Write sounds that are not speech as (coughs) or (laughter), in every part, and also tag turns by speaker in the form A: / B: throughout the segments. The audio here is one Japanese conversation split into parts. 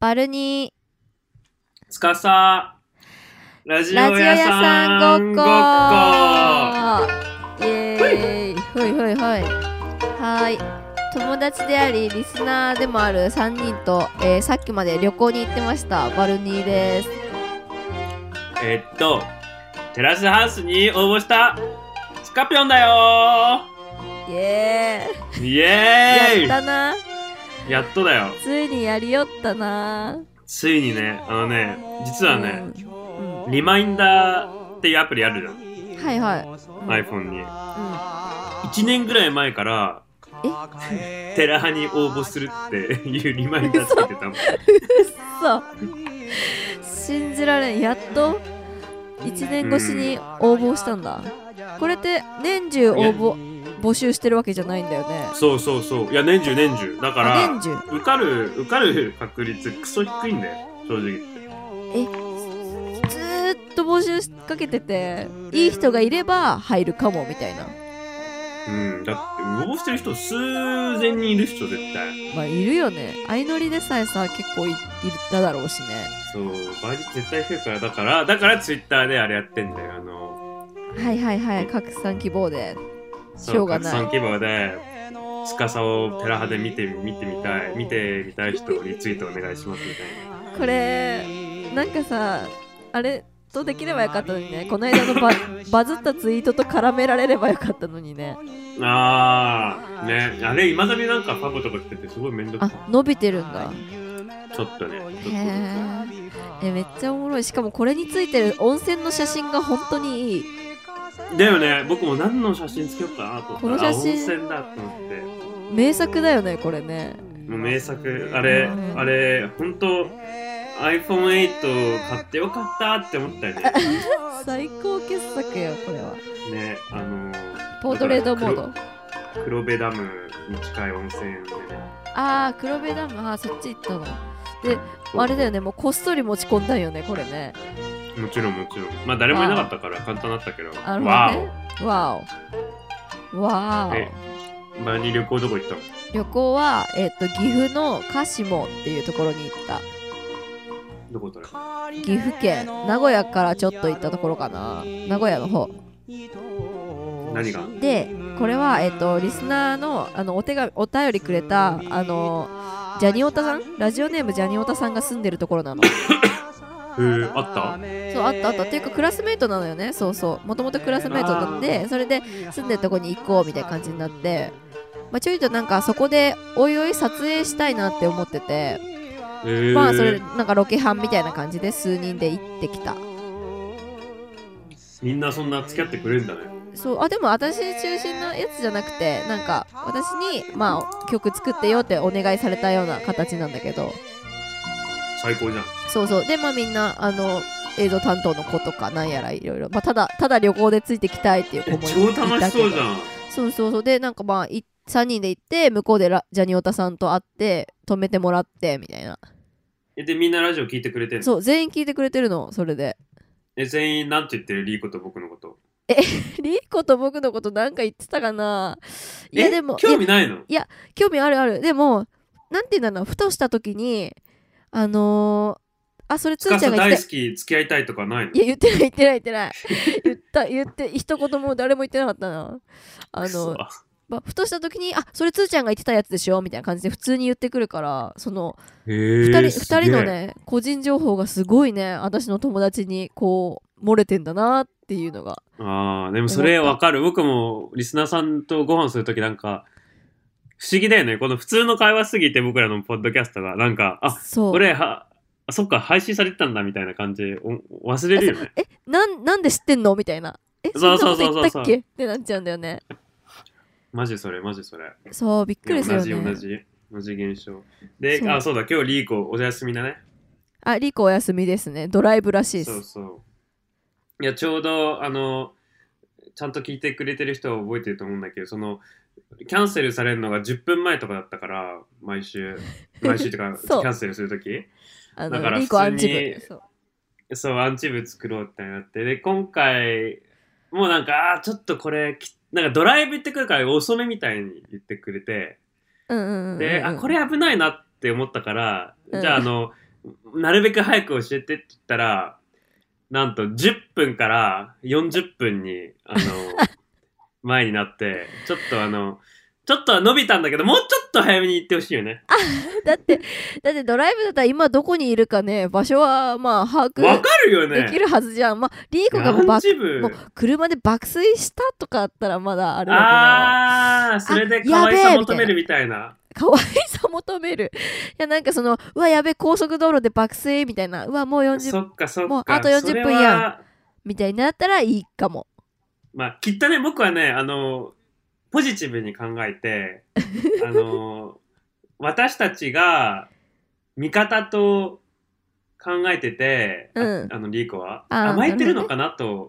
A: バルニ
B: つかさ、ラジ
A: ーラ
B: オ
A: ジオ屋
B: 屋
A: さ
B: さ
A: ん
B: ん
A: ご
B: ご
A: っ
B: っ
A: こ
B: こ
A: イエーイほいほいほいはーい友達でありリスナーでもある3人と、えーさっきまで旅行に行ってましたバルニーです
B: えっと、テラスハウスに応募したスカピョンだよ
A: イエ
B: ーイ
A: ーイ
B: エー
A: やったな
B: イやっとだよ。
A: ついにやりよったな
B: ついにね、あのね、実はね、
A: うん、
B: リマインダーっていうアプリあるじゃん。
A: うんはいはい、
B: iPhone に。
A: う
B: 1年ぐらい前から、
C: え
B: テラハに応募するっていうリマインダーつけてたもん。
A: ん、そう信じられんやっと1年越しに応募したんだ、これって年中応募募集してるわけじゃないんだよね
B: そうそうそう。いや、年中年中。だか
A: あ
B: ら
A: 年、中
B: 受かる、受かる確率クソ低いんだよ。正直言って。
A: ずーっと募集しかけてていい人がいれば入るかもみたいな
B: うん、だって、応募してる人数千人いるっしょ、絶対。
A: まあいるよね相乗りでさえさ結構いいただろうしね
B: そう、倍率絶対増えるから、だから、だからツイッターであれやってんだよ、あの、
A: はいはいはい拡散希望で
B: そ
A: しょうがない
B: 拡散希望で、司をテラハで見て、見てみたい、見てみたい人リツイートお願いしますみたいな。
A: これなんかさあれとできればよかったのにねこの間のババズったツイートと絡められればよかったのにね
B: あー、ね、あれ、今だになんかパブとか来てて、すごいめんどく
A: あ
B: さ
A: 伸びてるんだ
B: い。ちょっとね、ちょっと
A: へええめっちゃおもろいしかもこれについてる温泉の写真が本当にいい
B: だよね、僕も何の写真つけようかなと思ったら
A: この写真
B: あ温泉だと思って。
A: 名作だよねこれね
B: もう名作、あれ、あれ、本当 iPhone8 買ってよかったって思ったよね。
A: 最高傑作よこれは
B: ね、あの
A: ポートレートモード
B: 黒黒部ダムに近い温泉でね。
A: ああ黒部ダムあーそっち行ったのであれだよねもうこっそり持ち込んだんよねこれね
B: もちろんもちろん。まあ誰もいなかったから簡単だったけど。
A: ある
B: わ
A: ねわおわ
B: え
A: お
B: お。前に旅行どこ行ったの
A: 旅行は、えっと岐阜の鹿島っていうところに行った
B: どこ行ったの
A: 岐阜県名古屋からちょっと行ったところかな名古屋の方
B: 何が
A: でこれは、えっとリスナーのあのお手紙お便りくれたあのジャニオタさんラジオネームジャニオタさんが住んでるところなの
B: へえあっ
A: そうあったあったっていうかクラスメートなのよねそうそうもともとクラスメートだってそれで住んでるとこに行こうみたいな感じになって、まあ、ちょいとなんかそこでおいおい撮影したいなって思ってて
B: たへえ
A: まあそれなんかロケハンみたいな感じで数人で行ってきた
B: みんなそんな付き合ってくれるんだね。
A: そうあでも私中心のやつじゃなくてなんか私に、まあ、曲作ってよってお願いされたような形なんだけど
B: 最高じゃん。
A: そうそうでまあみんなあの映像担当の子とかなんやらいろいろ、まあ、ただただ旅行でついてきたいっていう子
B: え
A: もい
B: 超楽しそうじ
A: いたけど
B: ゃん。
A: そうそうそうでなんかまあい3人で行って向こうでラジャニオタさんと会って止めてもらってみたいな
B: えでみんなラジオ聞いてくれてる
A: そう全員聞いてくれてるのそれで
B: え全員なんて言ってるリーコと僕のこと。
A: リーコと僕のことなんか言ってたかないや
B: え
A: でもいや
B: 興味ないの
A: 興味あるあるでもなんて言うんだろうふとした時にあのー、あそれつ
B: つか
A: ーちゃ
B: さ
A: んが言っ
B: 大好
A: て
B: き、付き合いたいとかないの
A: いや言ってない言ってない言ってない言った言って一言も誰も言ってなかったなあ
B: くそ
A: の、まふとした時にあそれつーちゃんが言ってたやつでしょみたいな感じで普通に言ってくるからその
B: 二
A: 二人,、二人の。ね個人情報がすごいね私の友達にこう漏れてんだなっていうのが
B: ああ、でもそれわかる。僕もリスナーさんとご飯するときなんか、不思議だよね。この普通の会話すぎて僕らのポッドキャストが、なんか、あ、
A: そう
B: これは、あそっか、配信されてたんだみたいな感じ、お忘れるよね。
A: えなんなんで知ってんのみたいなえそん
B: そ
A: な
B: う
A: こ
B: そうそ
A: と
B: うそう
A: 言ったっけってなっちゃうんだよね
B: マジそれ、マジそれ。
A: そうびっくりする
B: 同
A: よ
B: じ
A: ね
B: 同じ、同じ現象。で、
A: そう
B: あ、そうだ、今日リーコお休みだね。
A: あ、リコお休みですね。ドライブらしいで
B: そう
A: す。
B: そう。いや、ちょうど、あの、ちゃんと聞いてくれてる人は覚えてると思うんだけど、その、キャンセルされるのが10分前とかだったから、
A: (laughs)
B: 毎週、毎週とか、キ
A: そう
B: ャンセルするとき。
A: あ
B: だから
A: リコアンチ
B: 普通
A: ブ
B: に。
A: そう
B: そう、アンチ部作ろうってなって。で、今回、もうなんか、あーちょっとこれ、きなんかドライブ行ってくるから遅めみたいに言ってくれて、
A: うんうんうんうん。
B: で、あ、これ危ないなって思ったから、
A: うん
B: じゃあ、あの、なるべく早く教えてって言ったら、なんと10分から40分に、
A: (laughs)
B: あの、前になって、ちょっとあの、ちょっとは伸びたんだけど、もうちょっと早めに行ってほしいよね。
A: だってだってドライブだったら今どこにいるかね場所はまあ把
B: わ
A: 握
B: かるよね。
A: できるはずじゃん、まあリーコがもう
B: 何
A: ば
B: 時分
A: もう車で爆睡したとかあったらまだあるわけだ
B: あー、それで
A: あ
B: 可愛
A: やべ
B: さ
A: え
B: 求めるみたいな。
A: 可愛さ求めるいやなんかそのうわやべ高速道路で爆睡みたいなうわもう40
B: そっかそっか。
A: もうあと40
B: それ
A: 分
B: は
A: やみたいになったらいいかも
B: まあ、きっとね、僕はね、あの、ポジティブに考えて、あの、私たちが味方と考えてて、あ
A: うん
B: あの、リーコは
A: あー
B: 甘えてるのかなと思っ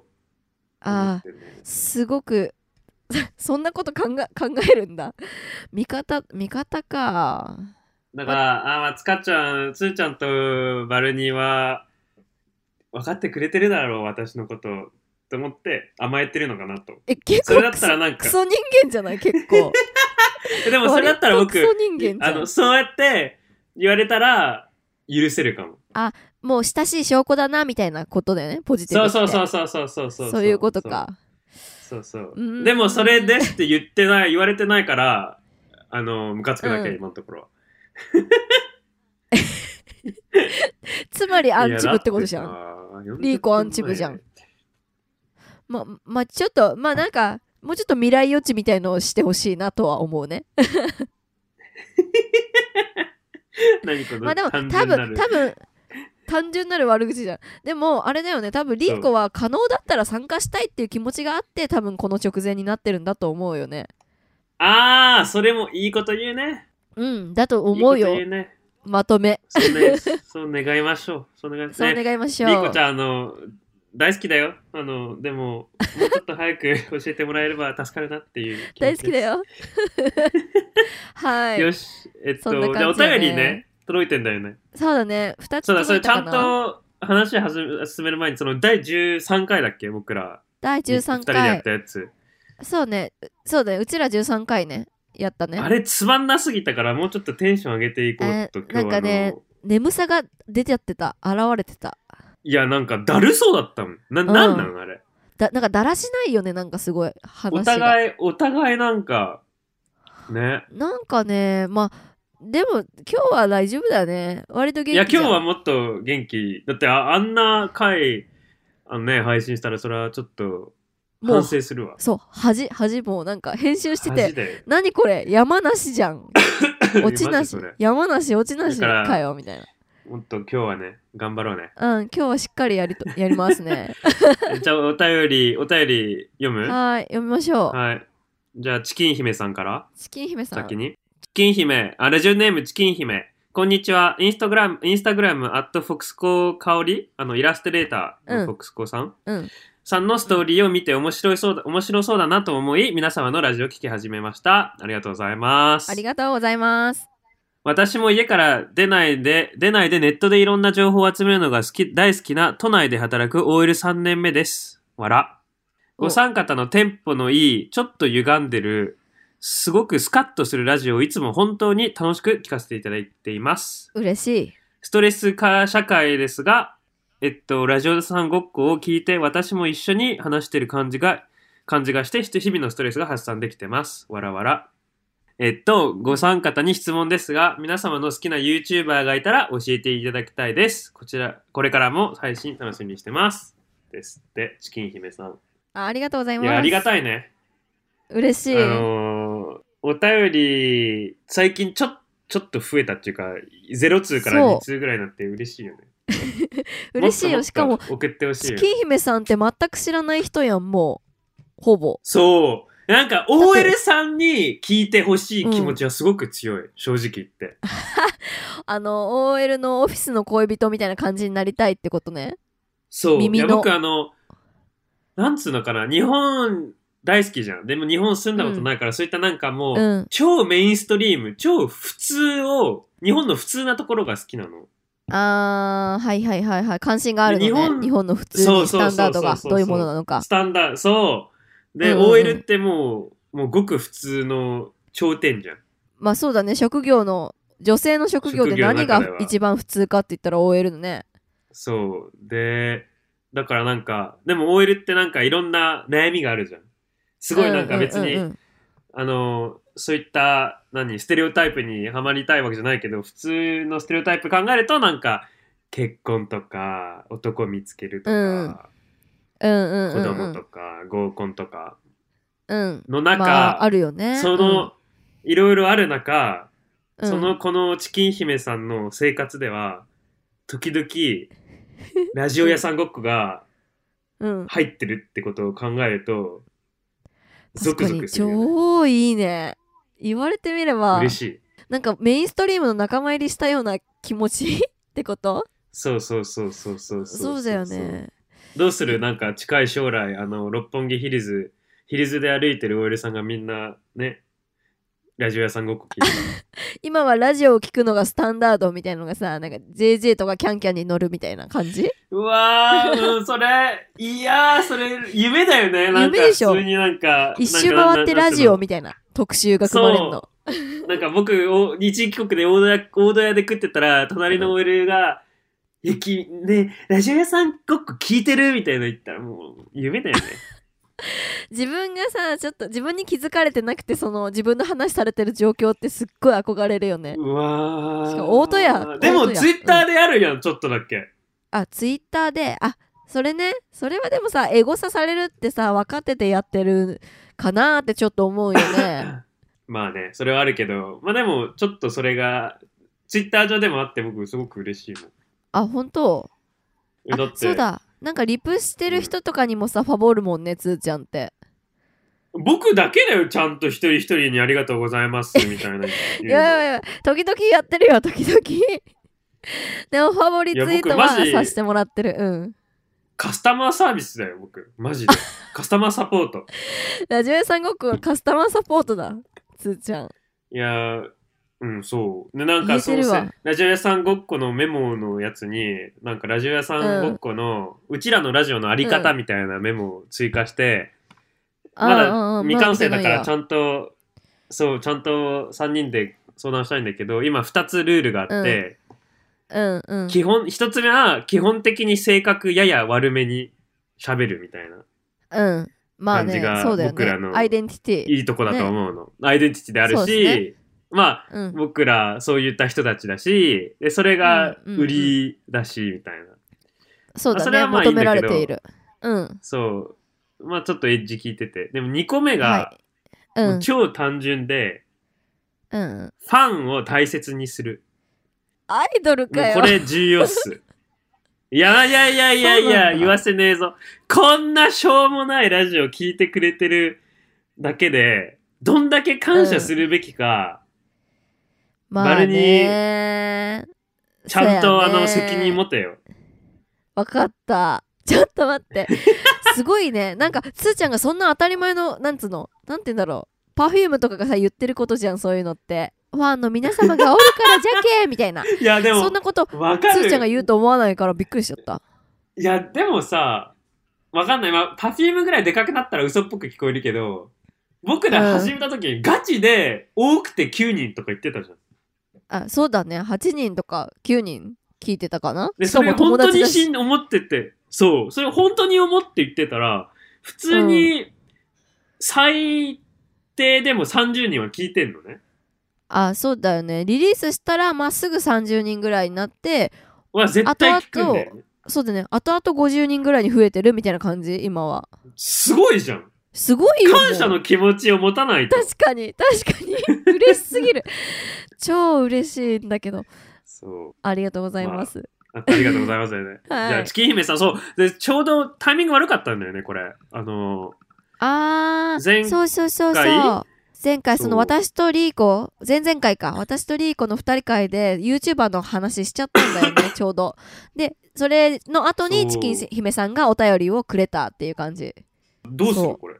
A: ああ
B: てね
A: すごく (laughs) そんなこと考え考えるんだ味方味方か
B: だから、あーまあ、つかちゃん、つーちゃんとバルニーは、分かってくれてるだろう、私のこと。と思って甘えてるのかなと。
A: え結
B: そ
A: 構
B: れだっ
A: ク
B: た
A: ソ
B: らなん
A: ク
B: か、
A: ソ人間じゃない結構
B: でもそれだったら僕、
A: 割とクソ人間
B: あ
A: じゃん
B: の、そうやって言われたら、許せるかも。
A: もう親しい証拠だなみたいなことだよねポジティ
B: そ
A: ブ
B: うそうそううそうそうそうそう。
A: そういうこと。か
B: そうそう
A: うーん
B: でもそれですって言ってない、言われてないから、あの、ムカつくだけ、
A: うん
B: 今のところは。
A: つまりアンチブってことじゃ
B: いや
A: ん。
B: だってさ
A: リーコアンチブじゃん。ままあちょっとまあなんかもうちょっと未来予知みたいのをしてほしいなとは思うね
B: 何この
A: まあでも多分
B: 単純なる
A: 多分単純なる悪口じゃんでもあれだよね多分リーコは可能だったら参加したいっていう気持ちがあって多分この直前になってるんだと思うよね
B: ああ、それもいいこと言うね。
A: うんだと思うよ
B: いいこと言うね。
A: まとめ
B: そ
A: (laughs)
B: うね、そう願いましょう。そう願いましょ。
A: そうう願いまし
B: リ
A: ょう、
B: ーコちゃん、あの、大好きだよ。あの、でも、もうちょっと早く教えてもらえれば助かるなっていう気持ち
A: 大
B: です。
A: 好きだ
B: (laughs)
A: よはい
B: よし、えっと、
A: そんな
B: じゃあ
A: 感
B: お
A: じだね
B: 便りね、届いてんだよね。
A: そうだね2つ
B: そうだ、
A: 届
B: それ
A: い
B: ちゃ
A: たか
B: ん
A: な
B: と話始め進める前に、その第13回だっけ、僕ら。
A: 第
B: 二
A: 13
B: 人でやっ
A: 回
B: たやつ。
A: そうねそうだねうちら13回ねやったね
B: あれ、つまんなすぎたから、もうちょっとテンション上げていこうと、
A: えー
B: 今日はあの
A: なんかね眠さが出ちゃってた現れてた
B: いや、なんかだるそうだったもん。な、
A: ん
B: なんなのあれ。
A: だなんかだらしないよねなんかすごい話が
B: お互い、お互いなんか、ね。
A: なんかねまあでも今日は大丈夫だよね割と元気
B: い
A: じゃ
B: や、
A: ん
B: 今日はもっと元気。だって、ああんな回、あのね、配信したら、それはちょっと、
A: もう
B: 反省するわ。
A: そう恥恥もうなんか編集して
B: マジ
A: て
B: で。
A: 何これ山梨じゃ
B: (laughs)
A: ん落ちなし
B: マジそれ
A: 山梨落ちなし
B: だから
A: かよみたいな
B: もっと今日はね、頑張ろうね。
A: うん今日はしっかりやりとやります
B: (laughs)
A: ね
B: じゃあ、お便り、お便り読む
A: はい読みましょう、
B: はい。じゃあ、チキン姫さんから、
A: チキン姫さん
B: 先に。チキン姫、あ、ラジオネームチキン姫。こんにちは。インスタグラム、インスタグラム、アットフォックスコ香りあの、イラストレーター
A: う
B: の
A: ん
B: フォックスコさん。
A: うん
B: さんのストーリーを見て面白いそうだ、面白そうだなと思い、皆様のラジオを聞き始めました。ありがとうございます。
A: ありがとうございます
B: 私も家から出ないで、出ないでネットでいろんな情報を集めるのが好き、大好きな都内で働く OL3 年目です。わら。
A: お
B: お三方のテンポのいい、ちょっと歪んでる、すごくスカッとするラジオをいつも本当に楽しく聞かせていただいています。
A: 嬉しい
B: ストレス化社会ですが、えっと、ラジオさんごっこを聞いて、私も一緒に話してる感じが、感じがして、日々のストレスが発散できてます。わらわら。えっと、ご参方に質問ですが、皆様の好きな YouTuber がいたら教えていただきたいです。こちら、これからも配信楽しみにしてます。ですって、チキン姫さん。
A: あありがとうございま
B: い
A: す
B: や、ありが
A: い
B: たいね。
A: 嬉し
B: あ
A: い、
B: のーお便り、最近ちょ、ちょっと増えたっていうか、0通から
A: そう
B: 2通ぐらいになって嬉しいよね。
A: 嬉しい
B: も
A: よ
B: っ
A: し
B: と
A: か
B: もっ
A: も
B: と送ってほしい
A: チ
B: よ
A: キン姫さんって全く知らない人やんもうほぼ
B: そうなんか OL さんに聞いてほしい気持ちはすごく強い、正直言って
A: あの OL のオフィスの恋人みたいな感じになりたいってことね
B: そう
A: 耳
B: いや
A: の
B: 僕あのなんつうのかな日本大好きじゃんでも日本住んだことないから、そういったなんかもう、
A: うん
B: 超メインストリーム超普通を日本の普通なところが好きなの
A: あーはいはいはいはい関心があるのね
B: 日
A: 日
B: 本
A: 本の普通にスタンダードが
B: そうそうそうそうそう
A: どういうものなのか
B: スタンダードそうで、
A: うんうんうん
B: OL ってもうもうごく普通の頂点じゃん
A: まあそうだね職業の女性の職業で何
B: 職業の中で
A: が
B: は
A: 一番普通かって言ったら OL だね
B: そう。で、だからなんか、でも OL ってなんかいろんな悩みがあるじゃん。すごいなんか別に、
A: うんうんうん
B: あの、そういった、何、ステレオタイプにはまりたいわけじゃないけど、普通のステレオタイプ考えると、なんか、結婚とか、男見つけるとか、
A: うんうんう
B: 子
A: んう
B: 供
A: ん
B: とか、合コンとか
A: うん
B: の中、
A: まああるよね
B: その、いろいろある中、
A: うん
B: そ
A: うん
B: のこのチキン姫さんの生活では時々ラジオ屋さんごっこが
A: うん
B: 入ってるってことを考えるとゾ
A: 確
B: ク
A: か
B: ゾク
A: に
B: するよね、
A: 超いいね言われてみれば
B: 嬉しい
A: なんかメインストリームの仲間入りしたような気持ち (laughs) ってこと
B: そうそうそうそうそう
A: そうだよね
B: どうするなんか近い将来あの六本木ヒルズヒルズで歩いてる OL さんがみんなねラジオ屋さんごっこ聞い
A: (laughs)
B: てる
A: 今はラジオを聞くのがスタンダードみたいなのがさなんか JJ とかキャンキャンに乗るみたいな感
B: (laughs)
A: じ
B: うわー、うん、それいやーそれ夢だよねなんか
A: 夢でしょ
B: 普通になんか
A: 一周
B: なんか
A: 回ってラジオみたいな特集が組まれるの
B: なんか僕、お日帰国で大戸屋大戸屋で食ってたら、隣の OL が、え、き、ね、ラジオ屋さんごっこ聞いてるみたいなの言ったら、もう、夢だよね。
A: 自分がさちょっと自分に気づかれてなくてその自分の話されてる状況ってすっごい憧れるよね
B: (laughs) うわー
A: しかも大戸屋
B: で
A: 大
B: も、
A: 戸屋
B: ツイッターであるやん、ちょっとだけ。
A: あツイッターであそれねそれはでもさエゴサされるってさ分かっててやってるかなーってちょっと思うよ
B: (laughs)
A: ね
B: まあね、それはあるけど、まあでも、ちょっとそれが、ツイッター上でもあって、僕、すごく嬉しいもん
A: あ本当
B: え。だっ
A: あ
B: て、
A: そうだなんかリプしてる人とかにもさファボるもんねつーちゃんって
B: 僕だけだよ、ちゃんと一人一人にありがとうございます、みたい
A: (laughs)
B: な。
A: いやいやいや時々やってるよ時々 (laughs) でもファボリツイート
B: いや
A: は
B: 僕マジ
A: させてもらってるうん
B: カスタマーサービスだよ、僕。
A: (laughs)
B: マジで。カスタマーサポート。
A: ラジオ屋さんごっこはカスタマーサポートだつーちゃん
B: いやーうん、そう。で、なんか、そ
A: 言えて
B: の
A: るわ
B: せラジオ屋さんごっこのメモのやつに、なんか、ラジオ屋さんごっこの、うちらのラジオのあり方みたいなメモを追加して、まだ未完成だから、ち
A: ん
B: ゃんと、そう、ちゃんと3人で相談したいんだけど、今2つルールがあって、
A: うんうん
B: 基本、1つ目は、基本的に性格やや悪めに喋るみたいな、
A: うんまあ
B: 感じ
A: ね
B: が
A: そうだよ
B: 僕ら
A: ね
B: の
A: アイデンティティ
B: いいとこだと思うの。アイデンティティである
A: そう
B: し、
A: で
B: まあ、
A: うん
B: 僕らそういった人たちだしでそれが
A: うんうんうん
B: 売りだし、みたいな
A: そうだ
B: それ
A: ね
B: はまあ
A: 求められ
B: い
A: て
B: いんだ
A: いるうん
B: そうまあちょっとエッジ聞いててでも2個目
A: は
B: が、
A: いうん
B: もう超単純で
A: うん
B: ファンを大切にする
A: アイドル
B: も
A: か
B: う
A: よ
B: これ重要
A: (laughs)
B: っすいやいやいやいやい
A: そうな
B: や
A: んだ
B: 言わせねえぞこんなしょうもないラジオ聞いてくれてるだけでどんだけ感謝するべきか、
A: まあね
B: ちゃんと、
A: そうや
B: あ
A: ね
B: の責任持てよ
A: わかったちょっと待ってすごいねなんかつーちゃんがそんな当たり前のなんつうのなんて言うんだろうパフュームとかがさ言ってることじゃんそういうのってファンの皆様がおるからじゃ
B: (laughs)
A: けみたいない
B: やでも
A: そんなこと
B: わか
A: つ
B: る
A: ーちゃんが言うと思わないからびっくりしちゃった
B: いや、でもさ、わかんない。まあ、パフィームぐらいでかくなったら嘘っぽく聞こえるけど、僕ら
A: うん
B: 始めた時、ガチで多くて9人とか言ってたじゃん。
A: あそうだね8人とか9人聞いてたかな
B: で、
A: しか
B: それ
A: も
B: 本
A: 友
B: 当
A: 達
B: に
A: だし
B: しん思ってて、そう、それ本当に思って言ってたら、普通に最低でも30人は聞いてんのね。
A: あそうだよねリリースしたらまっすぐ30人ぐらいになって
B: は絶対聞くんだよね。
A: そうだね後々50人ぐらいに増えてるみたいな感じ今は
B: すごいじゃん。
A: すごいよもう
B: 感謝の気持ちを持たないと。
A: 確かに確かに嬉しすぎる超嬉しいんだけど
B: そう。
A: ありがとうございます、
B: あありがとうございますよね。
A: (laughs) はい
B: じゃあ、チキン姫さん、そう。で、ちょうどタイミング悪かったんだよね、これ。あの
A: あ、あ
B: 前
A: ーそうそうそうそ
B: 回
A: う前回そ
B: そう
A: の私とリーコ前々回か私とリーコの2人会で YouTuber の話しちゃったんだよね
B: (laughs)
A: ちょうどでそれの後
B: そ
A: に
B: う
A: チキン姫さんがお便りをくれたっていう感じ
B: ー、どうする
A: そう
B: これ。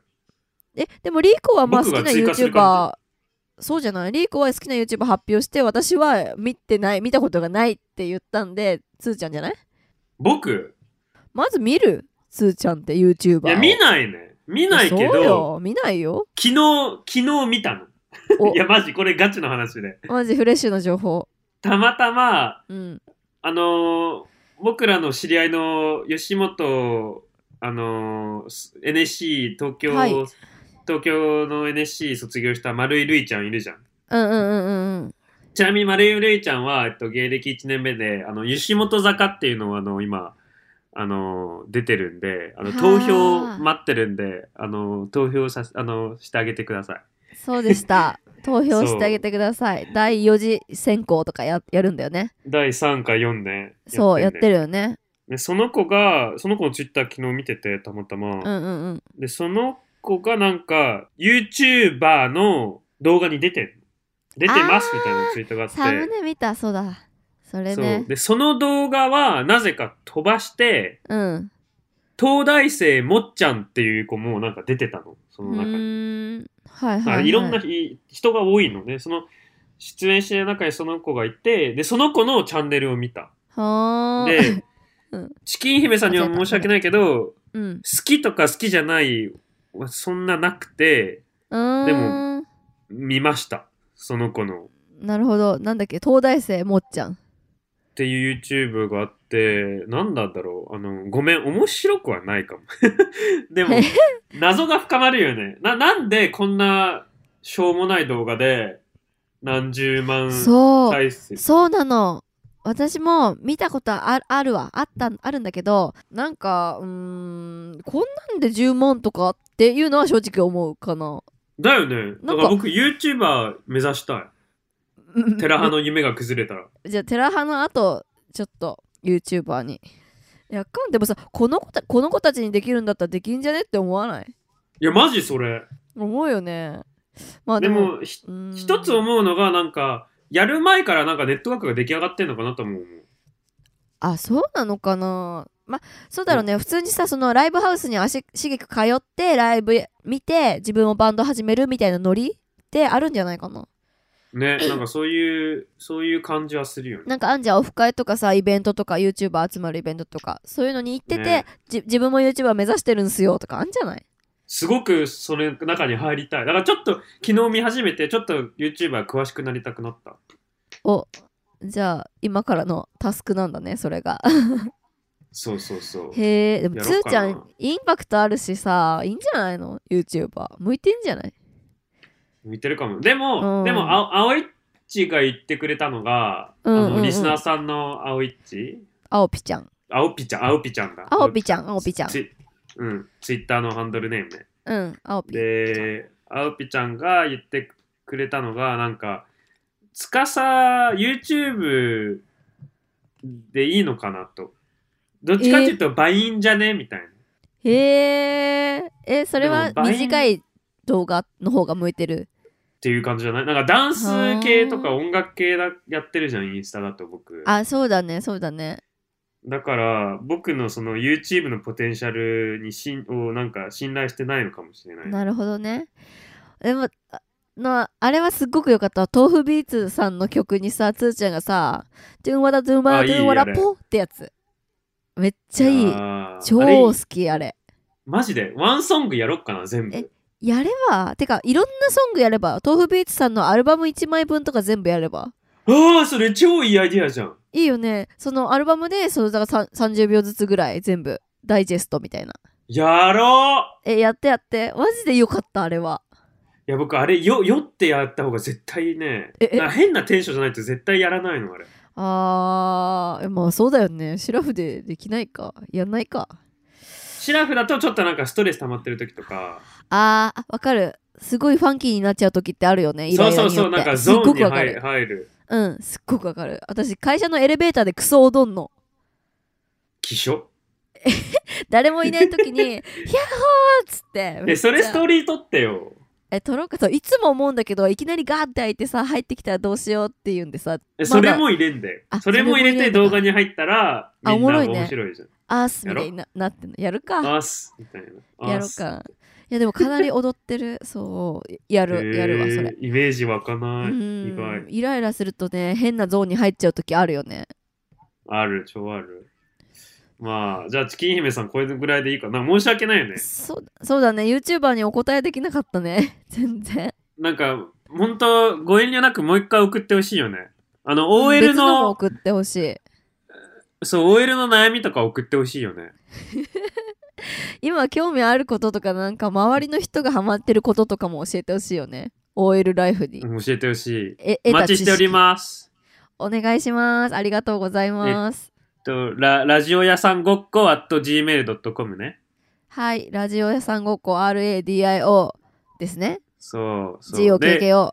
A: えでもリーコはまあ好
B: 僕が
A: きな
B: 追加する感
A: YouTuber そうじゃないリーコは好きな YouTuber 発表して私は見てない見たことがないって言ったんでつーちゃんじゃない
B: 僕
A: まず見るつーちゃんって YouTuber
B: いや、見ないね。見ないけ
A: そう
B: ど、 (laughs)
A: よ見ないよ
B: 昨日、昨日見たの。
A: お
B: いや、マジ、これガチの話で。
A: マジフレッシュな情報
B: たまたま、
A: うん
B: あのー僕らの知り合いの吉本、あのーす NSC 東京、
A: はい
B: 東京の NSC 卒業した丸井るいちゃんいるじゃん。
A: うんうんうんうん
B: ちなみに丸井るいちゃんは、えっと、芸歴1年目で、あの、吉本坂っていうのを、あの、今、あの、出てるんで、あの、
A: はあ
B: 投票待ってるんで、あの、投票さ、あの、してあげてください。
A: そうでした
B: (laughs)
A: 投票してあげてください第4次選考とかややるんだよね
B: 第3か4ね。
A: そうやっ
B: んね
A: てるよね
B: で、その子が、その子のツイッター昨日見てて、たまたま。
A: うんうんうん
B: で、その子がなんか、YouTuber の動画に出てん出てますみたいなツイートがあって。
A: サムネ見たそうだそれ
B: そう
A: ね
B: で、その動画は、なぜか飛ばして、
A: うん
B: 東大生もっちゃんっていう子もなんか出てたの。そうの中に。
A: ーんはいはい、
B: あ
A: はい、
B: いろんなひ人が多いのね。その、出演してる中にその子がいて、で、その子のチャンネルを見た。
A: はー
B: で
A: (laughs) うん、
B: チキン姫さんには申し訳ないけど、
A: うん
B: 好きとか好きじゃないはそんななくて
A: うーん
B: でも見ましたその子の
A: なるほどなんだっけ東大生もっちゃん
B: っていう YouTube があって何なんだろうあのごめん面白くはないかも (laughs)
A: (laughs)
B: でも謎が深まるよねななんでこんなしょうもない動画で何十万
A: そう
B: 再生
A: そうなの私も見たことあるあるわあったあるんだけどなんかうーんこんなんで10万とかっていうのは正直思うかな
B: だよね
A: な
B: だ
A: んか
B: から僕 YouTuber 目指したいテラ派の夢が崩れたら
A: じゃあテラ派の後ちょっと YouTuber にいやかんでもさこの子たこの子たちにできるんだったらできんじゃねって思わない
B: いやマジそれ
A: 思うよねまあ
B: で
A: でも
B: もひ
A: うーん
B: 一つ思うのがなんかやる前からなんかネットワークが出来上がってんのかなとも思う
A: あそうなのかなまあそうだろうね、普通にさそのライブハウスに足しげく通ってライブ見て自分もバンド始めるみたいなノリってあるんじゃないかな (laughs)
B: ねなんかそういうそういう感じはするよね
A: なんかあんじゃんオフ会とかさイベントとか YouTuber 集まるイベントとかそういうのに行ってて、
B: ね
A: じ自分も YouTuber 目指してるんすよとかあんじゃない
B: すごくそれ中に入りたいだからちょっと昨日見始めてちょっと YouTuber 詳しくなりたくなった
A: おじゃあ今からのタスクなんだねそれが
B: そうそうそう
A: へえでも
B: や
A: つ
B: ろう
A: ー
B: か
A: ち
B: な
A: ゃんインパクトあるしさいいんじゃないの YouTuber 向いてんじゃない
B: 見てるかもでも、
A: うん
B: でもあ青いっちが言ってくれたのが、
A: うんうんうん
B: あのリスナーさんの青いっち
A: 青ピちゃん
B: 青ピちゃん青ピちゃんだ
A: 青ピちゃん青ピちゃん
B: ツイうんツイッターのハンドルネームね
A: うん青ピ
B: で、あうぴちゃんが言ってくれたのが、なんか、つかさ、YouTube でいいのかなと。どっちかっていうと、バインじゃねみたいな。
A: へえ、え、それは
B: でも倍
A: 短い動画の方が向いてる。
B: っていう感じじゃないなんかダンス系とか音楽系だやってるじゃん、インスタだと僕。
A: あ、そうだね、そうだね。
B: だから、僕のその YouTube のポテンシャルにしんをなんか信頼してないのかもしれない。
A: なるほどね。でも、あのあれはすっごく良かった。豆腐ビーツさんの曲にさ、つーちゃんがさ、ドゥンワダドゥンワ
B: あ
A: ダ
B: いい
A: ドゥンワ
B: あ
A: ダ
B: れ
A: ポってやつ。めっちゃいい。
B: あー
A: 超
B: あれ
A: 好き、あれ。
B: マジで、ワンソングやろっかな、全
A: え
B: 部。
A: やれば、てか、いろんなソングやれば、豆腐ビーツさんのアルバム1枚分とか全部やれば。
B: ああ、それ超いいアイディアじゃん。
A: いいよね。そのアルバムで、そのだからさ30秒ずつぐらい全部、ダイジェストみたいな。
B: やろう
A: え、やってやって。マジでよかった、あれは。
B: いや僕あれよ酔ってやった方が絶対ね
A: ええ
B: なんか変なテンションじゃないと絶対やらないのあれ
A: あー、まあそうだよね。シラフでできないか。やんないか。
B: シラフだとちょっとなんかストレス溜まってる時とか
A: あー、あわかる。すごいファンキーになっちゃう時ってあるよね。イ
B: そ
A: ラ
B: う
A: イ
B: そ
A: ラ
B: う
A: によ
B: そ
A: っ
B: う
A: て
B: なんか
A: すっ
B: ゾー
A: ご
B: ンに
A: くわか
B: 入
A: る
B: る。入る
A: うん、すっごくわかる。私、会社のエレベーターでクソおどんの。
B: 気象
A: 誰もいない時
B: (laughs)
A: に、ヒャッホーっつって。め
B: え
A: っちゃ
B: それストーリー撮ってよ
A: え、撮ろうかと。いつも思うんだけど、いきなりガーって開いてさ、入ってきたらどうしようって言うんでさ。ま
B: え
A: だ
B: それも入れんだよ、
A: あ
B: それも入れ
A: それも
B: て
A: 入れんだ
B: 動画に入ったらみん
A: あ
B: な
A: おもろいね
B: 面白いじゃん
A: アースみたいにななってんの。やるか。
B: あっすみたいな
A: やろうか。いやでもかなり踊って
B: (laughs)
A: る。そう。やる、やるわ、それ。
B: イメージわか
A: う
B: ない意
A: ん
B: 外
A: イライラするとね、変なゾーンに入っちゃうときあるよね。
B: ある超あるまあじゃあチキン姫さんこれぐらいでいいかな申し訳ないよね
A: そうそうだね、YouTuber (laughs) にお答えできなかったね。全然。
B: なんか本当ご遠慮なくもう一回送ってほしいよね。あの、OL
A: 別のも
B: の、
A: 送ってほしい
B: そう、OL の悩みとか送ってほしいよね。
A: 今興味あることとかなんか周りの人がハマってることとかも教えてほしいよね OL ライフに、
B: 教えてほし
A: え
B: い。お
A: 得た
B: 待
A: 知識
B: ちしております。
A: お願いしますありがとうございます
B: とララジオ屋さんごっこ at gmail.com ね。
A: はいラジオ屋さんごっこ RADIO ですね
B: そう、そう。で、
A: GOKKO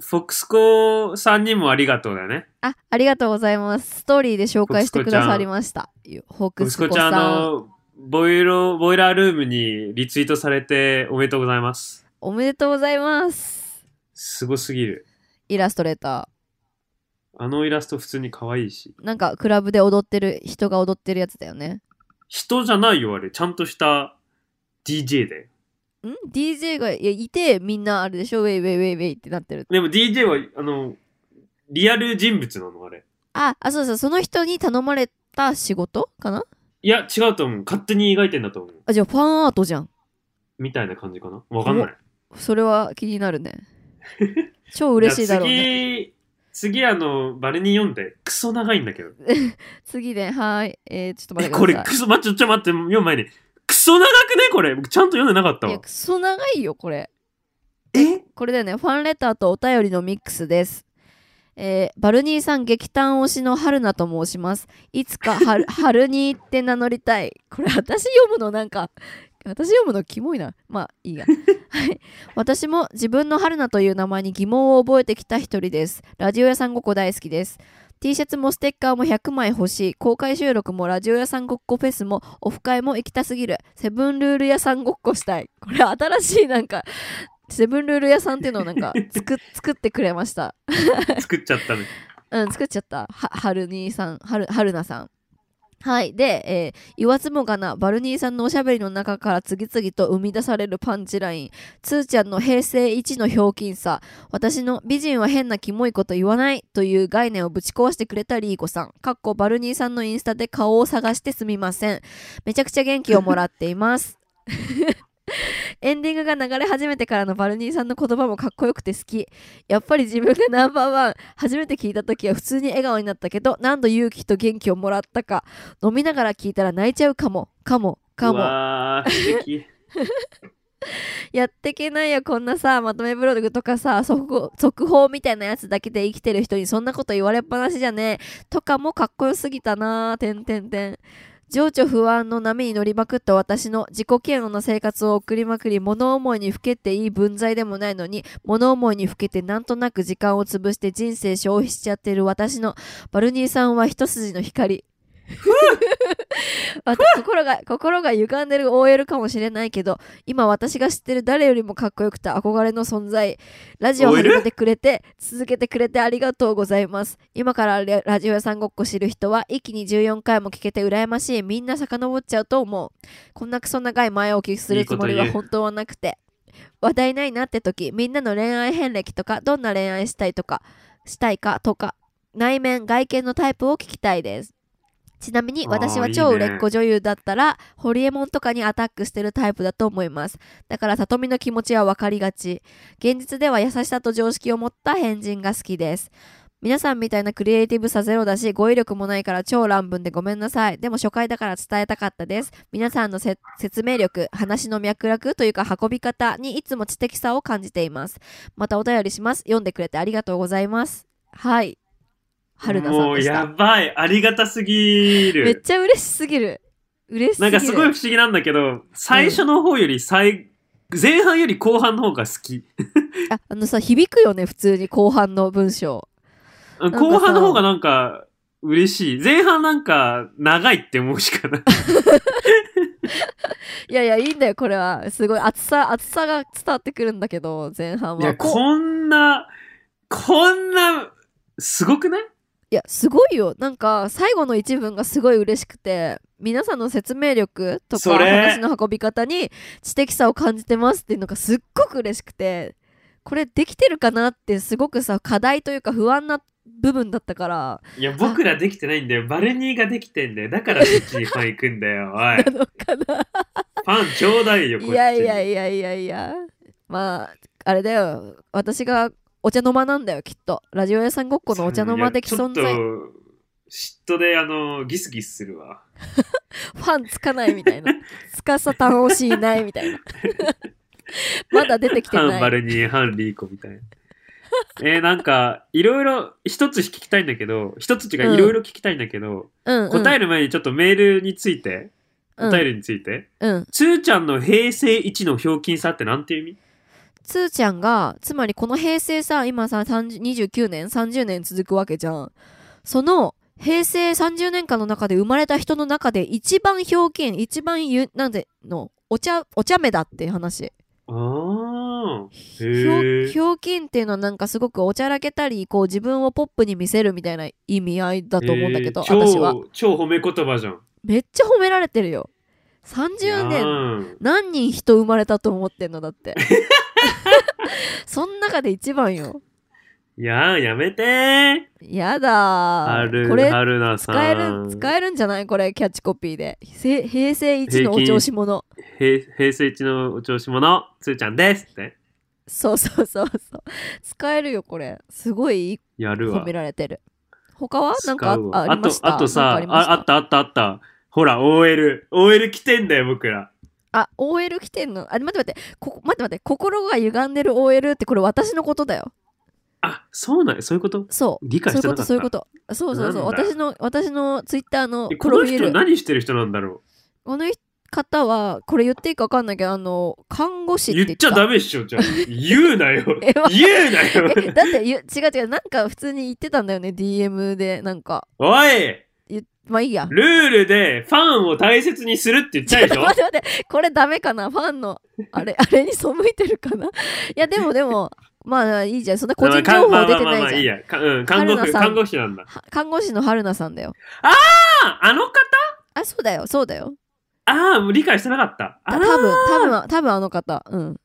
B: フォックスコさんにもありがとうだね。
A: あありがとうございますストーリーで紹介してくださりましたホ
B: フォ
A: ク
B: ック
A: ス
B: スコ
A: コ
B: ちゃん、あ
A: さん
B: の、ボイロ、ボイラールームにリツイートされておめでとうございます。
A: おめでとうございます
B: すごすぎる。
A: イラストレータ
B: あのイラスト普通に可愛いし。
A: ーなんかクラブで踊ってる人が踊ってるやつだよね
B: 人じゃないよ、あれ。ちゃんとした DJ だよ。
A: ん DJ がいやいてみんなあれでしょウェイウェイウェイウェイってなってる
B: でも DJ は、あの、リアル人物なの、あれ。
A: あ、あ、そうそう、その人に頼まれた仕事かない
B: や、違うと思う。勝手に描いてんだと思う。
A: あ、じゃあファンアートじゃん。
B: みたいな感じかな。わかんない。
A: それは気になるね。
B: (laughs)
A: 超嬉しいだろうね。
B: ね。次、次、あの、バレに読んで、クソ長いんだけど。
A: 次で、はーい。えー、ちょっと待
B: え、
A: って
B: こ
A: く
B: れ
A: ださい。
B: クソ、待って、ちょ、待って、読む前に。クソ長くねこれ。僕ちゃんと読んでなかった
A: いや、
B: わ。
A: クソ長いよ、これ。
B: え
A: これだよね。ファンレターとお便りのミックスです。えーバルニーさん激短推しの春菜と申します。いつか春 (laughs) 春にって名乗りたい。これ私読むのなんか私読むのキモいな。まあいいや。はい。私も自分の春菜という名前に疑問を覚えてきた一人です。ラジオ屋さんごっこ大好きです。T シャツもステッカーも100枚欲しい。公開収録もラジオ屋さんごっこフェスもオフ会も行きたすぎる。セブンルール屋さんごっこしたい。これ新しいなんかセブンルール屋さんっていうのをなんか作っ作ってくれました。
B: (laughs) 作っちゃったね。
A: うん、作っちゃった。は、はるにーさん、はる、はるなさん。はい。で、えー言わずもがな、バルニーさんのおしゃべりの中から次々と生み出されるパンチライン。つーちゃんの平成一のひょうきんさ。私の美人は変なキモいこと言わないという概念をぶち壊してくれたリーコさん。かっこバルニーさんのインスタで顔を探してすみません。めちゃくちゃ元気をもらっています。 (laughs) エンディングが流れ始めてからのバルニーさんの言葉もかっこよくて好き。やっぱり自分がナンバーワン初めて聞いた時は普通に笑顔になったけど何度勇気と元気をもらったか飲みながら聞いたら泣いちゃうかもかもか
B: う
A: も
B: わー、素敵。
A: やってけないよこんなさまとめブログとかさ速報速報みたいなやつだけで生きてる人にそんなこと言われっぱなしじゃねえとかもかっこよすぎたなあてんてんてん情緒不安の波に乗りまくった私の自己嫌悪な生活を送りまくり物思いにふけていい分際でもないのに物思いにふけてなんとなく時間を潰して人生消費しちゃってる私のバルニーさんは一筋の光わた心が心が歪んでる OL かもしれないけど今私が知ってる誰よりもかっこよくて憧れの存在ラジオ
B: OL？
A: 始めてくれて続けてくれてありがとうございます今からララジオ屋さんごっこ知る人は一気に14回も聞けて羨ましいみんな遡っちゃうと思うこんなクソ長い前置きするつもりはい
B: いこと言う
A: 本当はなくて話題ないなって時みんなの恋愛遍歴とかどんな恋愛したいとかしたいかとか内面外見のタイプを聞きたいですちなみに
B: あー
A: 私はい
B: いね
A: 超売れっ子女優だったらホリエモンとかにアタックしてるタイプだと思いますだから里見の気持ちは分かりがち現実では優しさと常識を持った変人が好きです皆さんみたいなクリエイティブさゼロだし語彙力もないから超乱文でごめんなさいでも初回だから伝えたかったです皆さんのせ説明力話の脈絡というか運び方にいつも知的さを感じていますまたお便りします読んでくれてありがとうございますはい春菜さ
B: も
A: ん
B: う
A: でし
B: や
A: た
B: ばい。ありがたすぎる。
A: めっちゃ嬉しすぎる嬉しすぎ
B: なん
A: る
B: かすごい不思議なんだけど、最初の方より最、前半より後半の方が好き。
A: ああのさ響くよね普通に後半の文章かさ
B: 後半の方がなんか嬉しい。前半なんか長いって思うしかない。
A: いやいやいいんだよこれはすごい熱さ熱さが伝わってくるんだけど前半
B: いや、
A: はこう
B: こんな、こんな、すごくない
A: いやすごいよなんか最後の一文がすごい嬉しくて皆さんの説明力とか
B: それ
A: 話の運び方に知的さを感じてますっていうのがすっごく嬉しくてこれできてるかなってすごくさ課題というか不安な部分だったから
B: いや、僕らできてないんだよ。バルニーができてんだよ。だからそっちにファン行くん
A: (laughs)
B: だよ。おい
A: な。のかな
B: ファンちょうだいよ、こっち
A: い
B: に。
A: やいやいやいやいやまああれだよ私がお茶の間なんだよきっとラジオ屋さんごっこのお茶の間的存
B: いや
A: 在
B: ちょっと嫉妬であのギスギスするわ
A: ファンつかないみたい
B: (laughs)
A: なつかさ楽しいないみたいな (laughs) まだ出てきて
B: ハン
A: な
B: バ
A: い
B: ルニーハンリーコみたいなえー、なんかいろいろ一つ聞きたいんだけど一つ違
A: う
B: うんいろいろ聞きたいんだけど、
A: うんうん
B: 答える前にちょっとメールについて
A: うん
B: お便りについて、
A: うん
B: つーちゃんの平成一のひょうきんさってなんていう意味
A: つーちゃんがつまりこの平成さ今さ30 29年30年続くわけじゃんその平成30年間の中で生まれた人の中で一番ひょうきん一番ゆなんてのお茶お茶目だっていう話
B: ああ
A: ひょ
B: へ
A: ひ
B: え
A: ょうきんっていうのはなんかすごくおちゃらけたりこう自分をポップに見せるみたいな意味合いだと思うんだけど、
B: えー
A: 私は
B: 超超褒め言葉じゃん
A: めっちゃ褒められてるよ30年
B: 年
A: 何人人生まれたと思ってんのだって
B: (laughs)
A: そん中で一番よ
B: いやーやめてー
A: やだー
B: 春
A: これ
B: 春菜さん
A: 使える使えるんじゃないこれキャッチコピーでせ平成一のお調子者
B: 平平成一のお調子者つーちゃんですって
A: そうそうそうそう使えるよこれすごいいい
B: やるわ
A: 褒められてる他はなんか
B: 使うわ
A: あありました
B: あとあ
A: な
B: と
A: ん
B: さ
A: か
B: あ
A: ありました
B: あったあったあったほら OL OL 来てんだよ僕ら
A: あ OL 来てんのあ待って待ってここ待って待って心が歪んでる OL ってこれ私のことだよ
B: あそうなんそういうこと
A: そう
B: 理解してなかった
A: そういうことそういうことそうそうそう
B: なんだ
A: 私の私のツイッターの
B: え
A: プ
B: こ
A: ロ
B: の
A: フィー
B: 人
A: ル
B: 何してる人なんだろ
A: この方はこれ言っていいか分かんないけどあの看護師
B: う
A: って
B: 言
A: 言
B: っ
A: っ
B: ちゃ
A: た
B: ダメっし
A: (laughs)
B: ょじゃあ言うなよ
A: えわ
B: 言うなよ
A: えだってゆ違う違うなんか普通に言ってたんだよね DM でなんか
B: おい
A: まあいいや
B: ルールでファンを大切にするって言っちゃうでし
A: (laughs)
B: ょ
A: 待って待ってこれダメかなファンのあれあ (laughs) れに背いてるかないやでもでもまあいいじゃんそんな個人情報出て
B: まあまあまあま
A: な
B: あ
A: い
B: いい
A: じゃん
B: や。かうん、看護
A: 春菜
B: 師、
A: さん
B: 看護師なんだ。
A: は看護師の春菜さんだよ
B: あ、あの方
A: あそうだよそうだよ
B: ああ、もう理解してなかった。
A: た
B: あ
A: 多
B: ら
A: 分多分多分あの方うん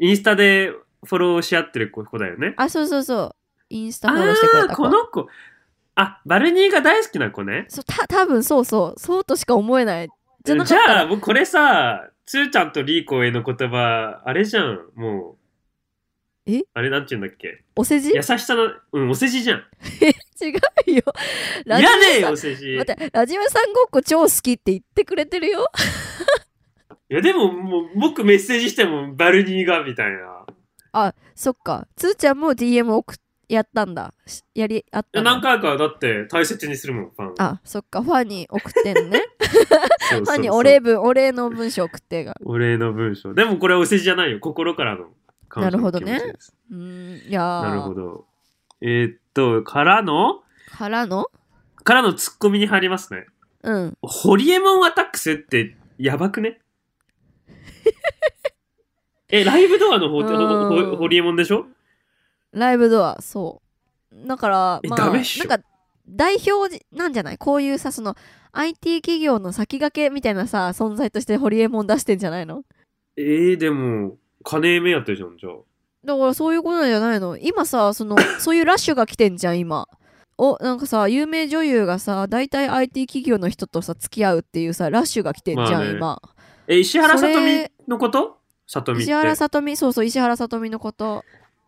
B: インスタでフォローし合ってる子だよね。
A: あそうそうそうインスタ
B: あ
A: フォローしてくれ
B: あー、
A: た子
B: この子。あ、バルニーが大好きな子ね。
A: そうた多分そうそうそうとしか思えないじゃなかっ
B: じ
A: た
B: ゃ
A: ら
B: あ、もうこれさ、つーちゃんとリーコへの言葉、あれじゃん、もう。
A: え
B: あれなんて言うんだっけ
A: お世辞違
B: 優しさの、うん、お世辞じゃん。
A: うよラ
B: 嫌
A: ジオ
B: だ
A: さ
B: よ、
A: ん
B: お世辞。
A: 待ってラジオさんごっこ超好きって言ってくれてるよ
B: いや、でも、もう、僕メッセージしても、バルニーが、みたいな。
A: あそっかつーちゃんも DM 送っやったんだしやりあっ
B: い
A: た
B: や
A: んだ
B: 何回かだって大切にするもん、ファンを。
A: あそっかファンに送って
B: (laughs)
A: んのね
B: そうそう
A: フ
B: そう
A: ァンにお礼文お礼の文章送ってが
B: お礼の文章。でもこれはお世辞じゃないよ。心からの感謝の気持ち
A: なるほどね
B: です。
A: うーんいやー
B: なるほど。えーっと、からの
A: からの
B: からのツッコミに入りますね。
A: うん
B: ホリエモンアタックスってやば
A: (laughs)
B: くねえ、ライブドアの方って
A: うん
B: ほほホリエモンでしょ
A: ライブドアそうだから
B: え
A: まあ
B: ダ
A: な
B: メっしょ
A: んか代表じなんじゃないこういうさその IT 企業の先駆けみたいなさ存在としてホリエモン出してんじゃないの
B: えー、でも、金目当てじゃん、じゃあ。
A: だからそういうことなんじゃないの今さ
B: (coughs)
A: そのそういうラッシュが来てんじゃん今おなんかさ有名女優がさ大体 IT 企業の人とさ付き合うっていうさラッシュが来てんじゃん、
B: まあね
A: 今
B: え、石原さと
A: そ
B: み
A: れ
B: のことさとみっ
A: 石
B: て。
A: 原さとみそうそう石原さとみのこと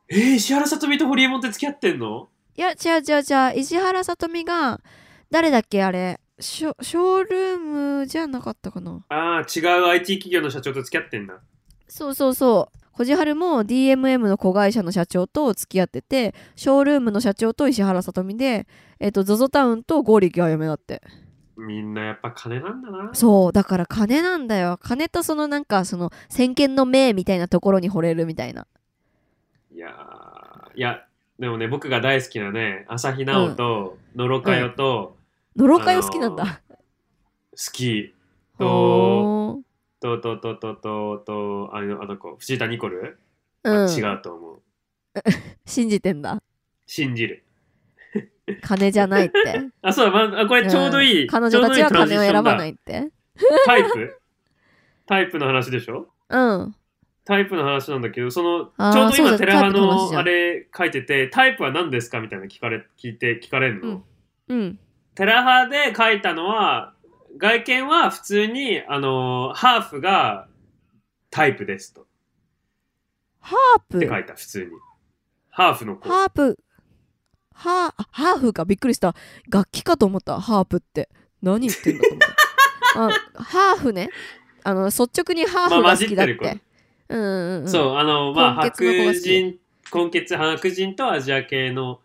B: えー、石原さとみとホリエモンって付き合ってんの
A: いや違う違う違う石原さとみが誰だっけあれショショールームじゃなかったかな
B: ああ、違う IT 企業の社長と付き合ってんだ。
A: そうそうそう小じはるも DMM の子会社の社長と付き合っててショールームの社長と石原さとみでえっ、と ZOZO タウンと剛力が嫁だって
B: みんなやっぱ金なんだな。
A: そうだから金なんだよ金とそのなんかその先見の明みたいなところに惚れるみたいない
B: やーいや、でもね、僕が大好きなね、朝日奈央と、野呂佳代と、
A: のろかよ好きなん
B: あの
A: だ
B: 好きと
A: ほー
B: と、と、と、と、と、と、あの、あの子、藤田ニコル、
A: うん
B: 違うと思う。
A: 信じてんだ
B: 信じる。
A: 金じゃないって
B: あ、そう、まあ、これちょうど (laughs) いい。。
A: ん彼女たちは金を選ばないいって
B: タイプタイプの話でしょ
A: うん
B: タイプの話なんだけど、その、
A: あー
B: ちょうど
A: そう
B: 今、
A: だ
B: テラハ
A: タイプの話じゃ
B: の
A: ん
B: あれ書いてて、タイプは何ですかみたいなの聞かれ、聞いて、聞かれるの。
A: うんうん
B: テラハで書いたのは、外見は普通に、あのーハーフがタイプですと。
A: ハー
B: って
A: プ
B: 書いた、普通に。ハーフの子。
A: ハープハーあハーフかびっくりした楽器かと思ったハープって何言ってんだと思った
B: (laughs)
A: あハーフねあの率直にハーフが好きだって,、
B: まあ混じってる
A: うんうんうん
B: そう、あの、まあ、
A: 混血の子が好
B: 白
A: き
B: 人、混血、白人とアジア系の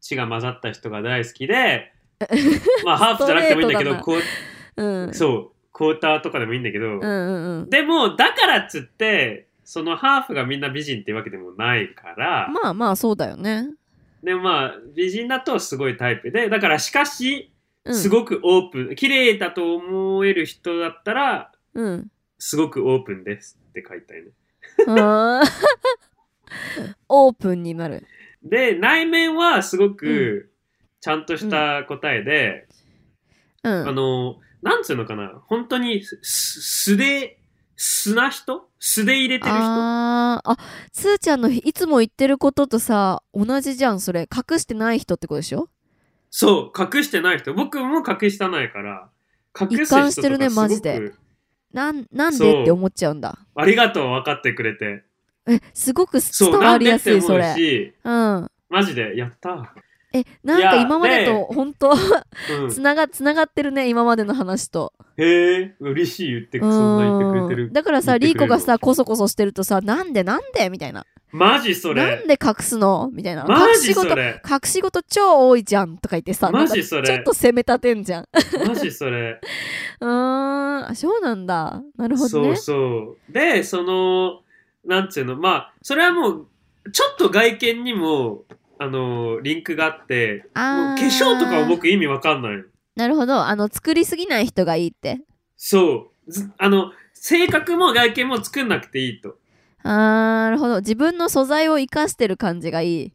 B: 血が混ざった人が大好
A: (laughs)
B: きで、まあ、ハーフじゃなくてもいいんだけど、
A: スト
B: こ
A: うん
B: うそう、クォーターとかでもいいんだけど、
A: うんうんうん
B: でも、だからっつって、そのハーフがみんな美人っていうわけでもないから、
A: まあまあそうだよね、
B: でもまあ、美人だとすごいタイプで、だからしかし、
A: うん、
B: すごくオープン、綺麗だと思える人だったら、
A: うん
B: すごくオープンですって書いたよね。
A: あー (laughs) オープンになる
B: で、内面はすごく、ちゃんとした答えで、
A: うん
B: あの、なんつうのかな、本当にすす素で、素な人素で入れてる人
A: あーあつーちゃんのいつも言ってることとさ同じじゃんそれ隠してない人ってことでしょ
B: そう、隠してない人。僕も隠したないから、隠す人と
A: 一
B: か
A: 貫してるね
B: すごく
A: マジでなんなん
B: そう
A: でって思っちゃうんだ
B: ありがとう、分かってくれて。
A: えすごく
B: そ
A: 伝
B: う、な
A: わ
B: ん
A: り
B: で
A: や
B: っ
A: す
B: て
A: いそ
B: 思う
A: れ
B: し、
A: うん
B: マジで、やった。
A: えなん
B: いや
A: か今まで
B: ね
A: と本当
B: うん
A: つながつながってるね今までの話と
B: へえ、嬉しい言ってく、そんな言ってくれて
A: う
B: る
A: ん。だからさ
B: 言
A: リ
B: っ
A: ー
B: てくれ
A: コ
B: る
A: がさコソコソしてるとさなんでなんでみたいな
B: マジそ
A: な
B: れ
A: ん。で隠すのみたいな
B: マ
A: 隠
B: ジ
A: し
B: そ
A: 事
B: れ。
A: 隠し事超多いじゃんとか言ってさなん
B: マ
A: か
B: ジ
A: ち
B: そ
A: ょっ
B: れ。
A: と攻め立てんじ (laughs) ゃんう
B: マジそれ。
A: ーんあそうなんだなるほど
B: そ
A: ね
B: うそう。で、その、なんていうの、まあ、それはもう、ちょっと外見にも、あの、リンクがあって、も
A: あ
B: う化
A: ー
B: 粧とかは僕意味わかんないの。
A: なるほどあの作りすぎない人がいいって
B: そう。ずあの、性格も外見も作んなくていいと。
A: あーなるほど自分の素材を生かしてる感じがいい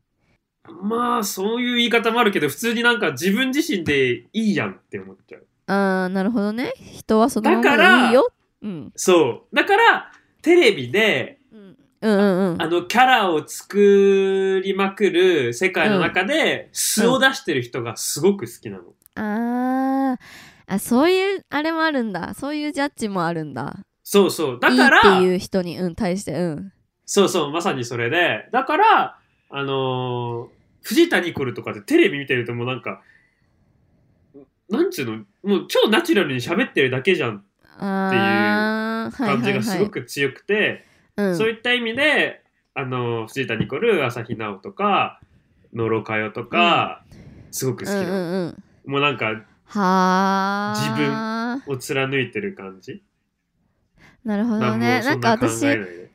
B: まあ、そういう言い方もあるけど、普通になんか自分自身でいいやんって思っちゃう。
A: あーなるほどね人はそのま
B: だ
A: ま
B: から
A: でいいようん
B: そう。だから、テレビで、
A: うんうんうんうん
B: あの、キャラを作りまくる世界の中で、素を出してる人がすごく好きなの。
A: あーあそういうあれもあるんだそういうジャッジもあるんだ
B: そうそう。だから、
A: いいっていう人にうん対してうん
B: そうそう、まさにそれで。だから、あのー藤田ニコルとかでテレビ見てるともうなんか、なんちゅうの、もう超ナチュラルに喋ってるだけじゃん
A: あーはい
B: 感
A: は
B: じ
A: い
B: が
A: は
B: す
A: い
B: ごく強くて、
A: うん
B: そういった意味で、あのー藤田ニコル、朝日奈央とか、野呂佳代とか、すごく好き
A: うん
B: な
A: うん
B: の、
A: うん
B: もうなんか、
A: は
B: 自
A: あ
B: を貫いてる感じ。
A: なるほど
B: な
A: ね
B: ん
A: なんか私
B: もうそんな考えないで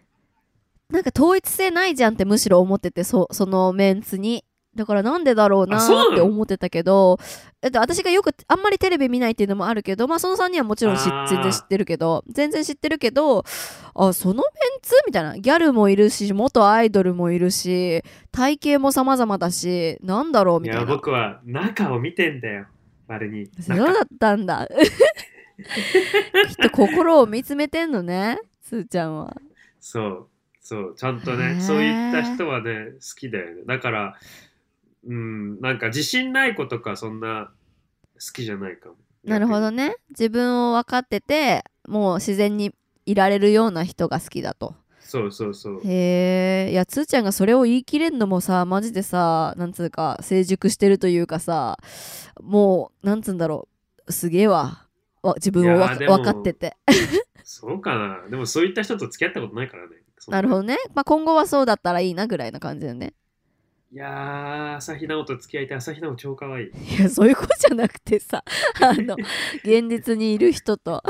A: なんか統一性ないじゃんってむしろ思っててそそのメンツにだからなんでだろうな
B: あそうなの
A: ーって思ってたけどえっと私がよくあんまりテレビ見ないっていうのもあるけどまあその3人はもちろん知
B: あー
A: 全然知ってるけど全然知ってるけどあそのメンツみたいなギャルもいるし元アイドルもいるし体型も様々だしなんだろう
B: い
A: みた
B: や、
A: いな
B: 僕は中を見てんだよ。あれに。
A: そうだったんだ (laughs) きっと心を見つめてんのねすーちゃんは
B: そう、そう、ちゃんと
A: へ
B: ね、
A: ー
B: そういった人はね、好きだよね。だから、うん、なんか自信ない子とかそんな好きじゃないかも。
A: なるほど
B: ね。
A: ね自分を分かっててもう自然にいられるような人が好きだと
B: そうそうそう。
A: へえいやつーちゃんがそれを言い切れんのもさマジでさなんつうか成熟してるというかさもうなんつうんだろうすげえわわ自分をわ
B: いやーでも
A: 分かってて
B: そうかな。でもそういった人と付き合ったことないからね。そん
A: なるほどね、まあ、今後はそうだったらいいなぐらいな感じだよね
B: いやー、朝日奈央と付き合いたい。朝日奈央超可愛い。
A: いやそういうことじゃなくて (laughs) さあの現実にいる人と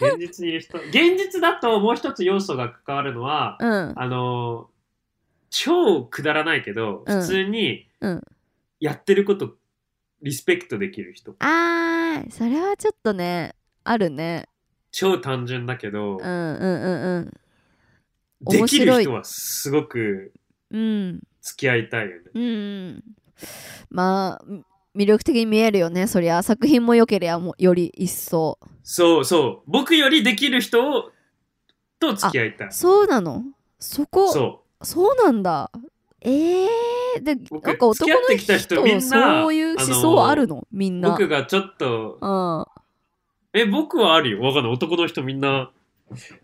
B: 現実にいる人。現実だともう一つ要素が関わるのは、
A: うん
B: あのー超くだらないけど、
A: うん
B: 普通に
A: うん
B: やってることリスペクトできる人。
A: あーそれはちょっとねあるね
B: 超単純だけど、
A: うんうんうんうん
B: でき
A: 面白
B: る
A: い
B: 人はすごく
A: うん
B: 付き合いたいよね。
A: うんまあみ魅力的に見えるよねそりゃ作品も良ければもより一層
B: そうそう。僕よりできる人をと付き合いたい。
A: そうなのそこそう
B: そ
A: なんだええで
B: 僕
A: なんか男の
B: 付き合ってきた人みんな
A: そういう思想あるのみ
B: う。
A: んな
B: 僕がちょっと、
A: うん
B: え、僕はあるよ。わかんない。男の人みんな、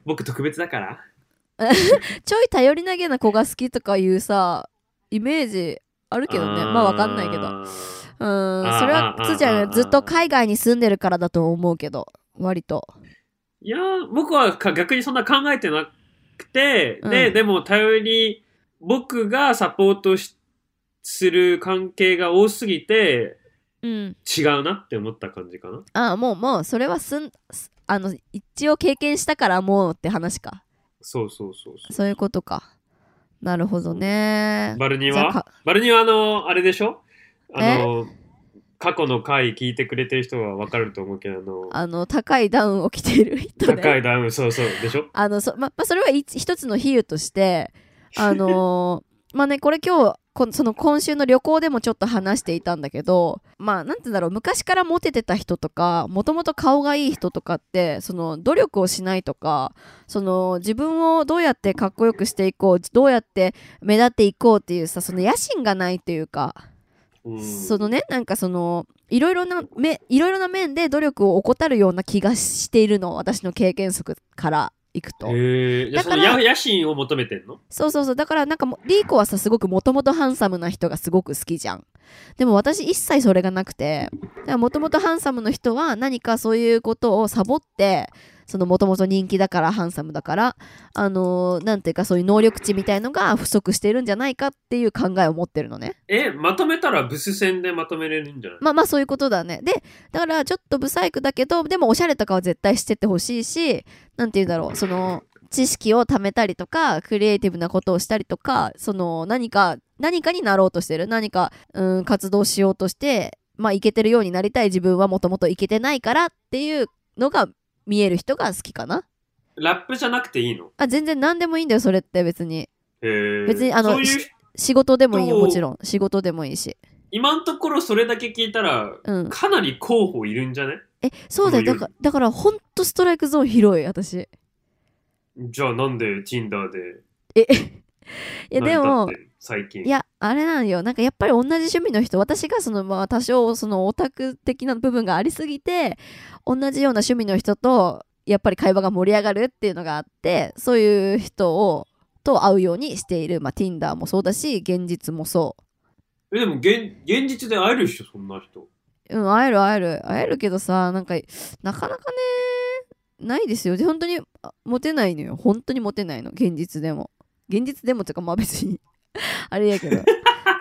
B: 僕特別だから。
A: ちょい頼りなげな子が好きとかいうさイメージあるけどねまあわかんないけど
B: ど
A: うんそれは普通じゃ
B: あーあーあーあ
A: ない
B: ー
A: ずっと海外に住んでるからだと思うけど割と
B: いやー僕はか逆にそんな考えてなくて、で
A: うん
B: でも頼り僕がサポートしする関係が多すぎて
A: うん
B: 違うなって思った感じかな
A: ああもうもうそれはすんすあの一応経験したからもうって話か
B: そうそうそうそう
A: そういうことかなるほどね
B: バルニ
A: じゃあ
B: は
A: か
B: バルニはあのあれでしょあの過去の回聞いてくれてる人はわかると思うけどあの
A: あの高いダウンを着ている人ね
B: 高いダウンそうそうでしょ
A: あのそ,、ままあ、それは一一つの比喩としてあ
B: (laughs)
A: のーまあねこれ今日こんその今週の旅行でもちょっと話していたんだけどまあなんて言うんだろう昔からモテてた人とかもともと顔がいい人とかってその努力をしないとかその自分をどうやってかっこよくしていこうどうやって目立っていこうっていうさその野心がないというか
B: うん
A: そのねなんかそのいろいろなめいろいろな面で努力を怠るような気がしているの私の経験則からいくと。
B: へえじゃ
A: だ
B: あそ
A: か
B: の
A: ら
B: や野心を求めてんの
A: そうそうそうだからなんかもうリーコはさすごくもともとハンサムな人がすごく好きじゃんでも私一切それがなくてもともとハンサムの人は何かそういうことをサボってそのもともと人気だからハンサムだからあのーなんていうかそういう能力値みたいのが不足してるんじゃないかっていう考えを持ってるのね
B: えまとめたらブス戦でまとめれるんじゃない
A: まあまあそういうことだねでだからちょっと不細工だけどでもおしゃれとかは絶対してってほしいしなんて言うんだろうその知識を貯めたりとかクリエイティブなことをしたりとかその何か何かになろうとしてる何か、うん、活動しようとしてまあいけてるようになりたい自分はもともといけてないからっていうのが見える人が好きかな
B: ラップじゃなくていいの
A: あ全然何でもいいんだよそれって別に別
B: 別
A: にあの
B: そういう
A: 仕事でもいいよ
B: どう
A: もちろん仕事でもいいし
B: 今のところそれだけ聞いたら
A: うん
B: かなり候補いるんじゃね
A: えそうだよだ
B: この世に
A: からだからほんとストライクゾーン広い私
B: じゃあなんで Tinder で
A: えいや
B: 成り
A: で
B: 立
A: も
B: ってる最近
A: いやあれなんよなんかやっぱり同じ趣味の人私がそのまあ多少そのオタク的な部分がありすぎて同じような趣味の人とやっぱり会話が盛り上がるっていうのがあってそういう人をと会うようにしている、まあ、Tinder もそうだし現実もそ
B: えでも現現実で会える人そんな人
A: う、うん、会える会える会えるけどさなんかなかなかねないですよで本当にあモテないのよ本当にモテないの現実でも現実でもっていうかまあ別に (laughs) あれやけどな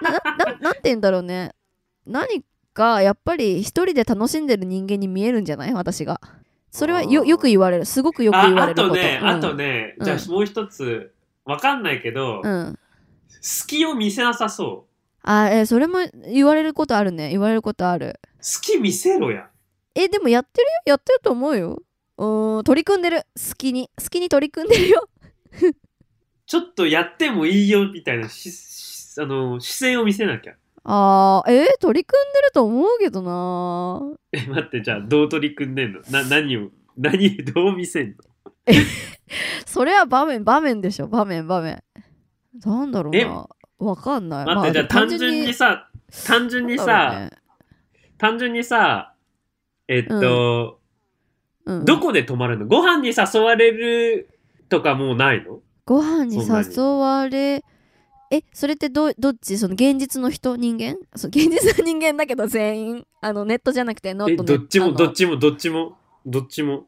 A: (laughs) ななんて言うんだろうね何かやっぱり一人で楽しんでる人間に見えるんじゃない私がそれはよ
B: あー
A: よく言われるすごくよく言わ
B: あ
A: れ
B: あ
A: ること
B: とね、
A: うん、
B: あとねじゃあもう一つわかんないけど、
A: うん
B: 隙を見せなさそう
A: あえーそれも言われることあるね言われることある
B: 隙見せろや
A: えでもやってるよやってると思うようーん取り組んでる好きに好きに取り組んでる
B: (laughs)
A: よ
B: ちょっとやってもいいよみたいなししあの視線を見せなきゃ (laughs)
A: あーえー取り組んでると思うけどな
B: え待ってじゃあどう取り組んでんのな何を何どう見せんの
A: それは場面場面でしょ場面場面なんだろう
B: え
A: なわかんない
B: 待って、じゃあ単純にさ、単純にさ、単純にさ、えっと、
A: うん
B: どこで泊まるのご飯に誘われるとかもうないの
A: ご飯に
B: そんなに
A: 誘われえそれってどどっちその現実の人人間そう現実の人間だけど全員あのネットじゃなくてノ
B: え、
A: ット
B: どっちもどっ
A: ち
B: ちもどっちもどっちも。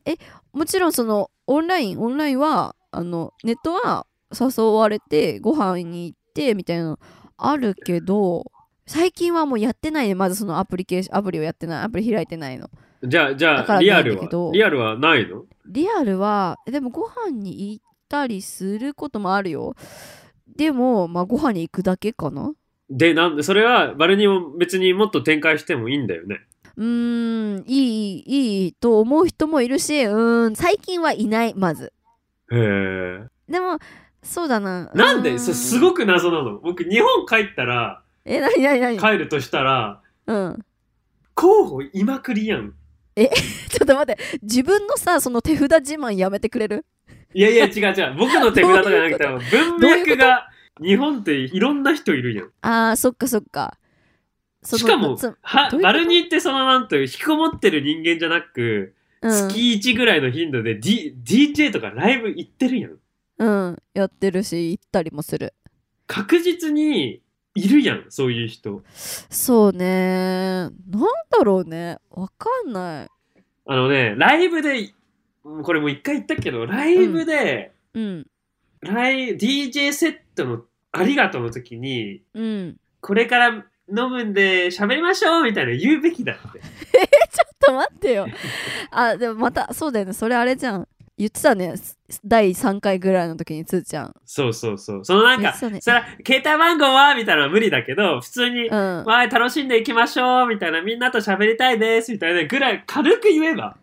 A: もちろんそのオンラインオンラインはあのネットは誘われてご飯に行ってみたいなのあるけど最近はもうやってないねまずそのアプリケーションアプリをやってないアプリ開いてないの
B: じゃあ、じ
A: だ
B: ゃ
A: か
B: あ、
A: ら
B: リア
A: な
B: ル
A: いんだけ
B: は
A: ど
B: リアルはないの
A: リアルはえでもご飯に行ったりすることもあるよでもまあご飯に行くだけかな
B: で、なんそれは、バルニーも別にもっと展開してもいいんだよね。
A: うーんいいいいと思う人もいるしうーん最近はいないまず
B: へえ。
A: でもそうだな
B: なん
A: うー
B: でそすごく謎なの。僕、日本帰ったら、
A: えなになになに
B: 帰るとしたら、
A: うん
B: 候補いまくりやん。
A: (laughs) ちょっと待って自分のさその手札自慢やめてくれる
B: いやいや違う
A: (laughs)
B: 違う僕の手札とかじゃなくて
A: ど
B: 文
A: どういうこ
B: 脈が日本っていろんな人いるやん
A: あーそっかそっかその
B: しかも
A: つ
B: は
A: どういうこと
B: バルニーってそのなんという引きこもってる人間じゃなく、
A: うん
B: 月1ぐらいの頻度で、D、DJ とかライブ行ってるやん
A: ううんやってるし行ったりもする
B: 確実にいるやんそういう人
A: そうねなんだろうねわかんない
B: あのねライブでうんこれもう一回言ったけどライブで、
A: うん
B: ライ DJ セットのありがとうの時に
A: うん
B: これから飲むんで喋りましょうみたいな言うべきだって
A: ちょっと待
B: (laughs)
A: ってよあでもまたそうだよねそれあれじゃん言ってたねす第3回ぐらいの時につーちゃん
B: そうそうそうそのなん
A: 言
B: か
A: ってたね
B: それは携帯番号はみたいなのは無理だけど普通に、
A: うん
B: わーい楽しんでいきましょうみたいなみんなと喋りたいですみたいなぐらい軽く言えば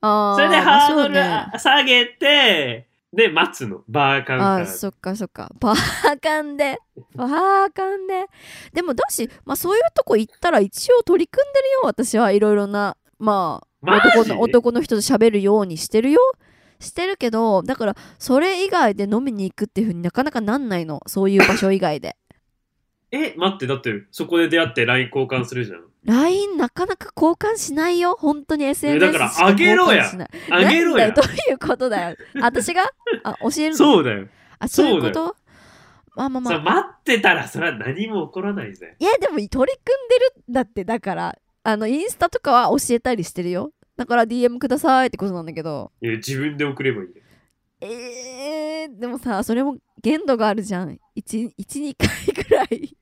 A: あー
B: それで
A: まあ
B: ハー
A: そ
B: ド
A: う
B: ル
A: ね
B: 下げて、で、待つの。バーカウンタ
A: あ
B: ー
A: ー
B: で。
A: そっかそっかバーカンでバーカンででもだし、まあ、そういうとこ行ったら一応取り組んでるよ私はいろいろなまあ
B: マジ
A: 男の男の人と喋るようにしてるよしてるけどだからそれ以外で飲みに行くっていうふうになかなかなんないのそういう場所以外で (laughs)
B: え、待って、だって、そこで出会って LINE 交換するじゃん。
A: LINE なかなか交換しないよ本当に SNS
B: だから
A: しか交換
B: あげろや
A: しない
B: あげろ
A: な
B: や
A: んだよどういうことだよ私があ教えるの
B: そうだよ。
A: あそういうこ
B: そ
A: とまあまあま
B: さ
A: あ
B: 待ってたら、それは何も起こらないぜ。
A: いやでも取り組んでるんだってだからあのインスタとかは教えたりしてるよだから DM くださいってことなんだけど
B: いや自分で送ればいいよ。
A: えー、でもさそれも限度があるじゃん12回ぐらい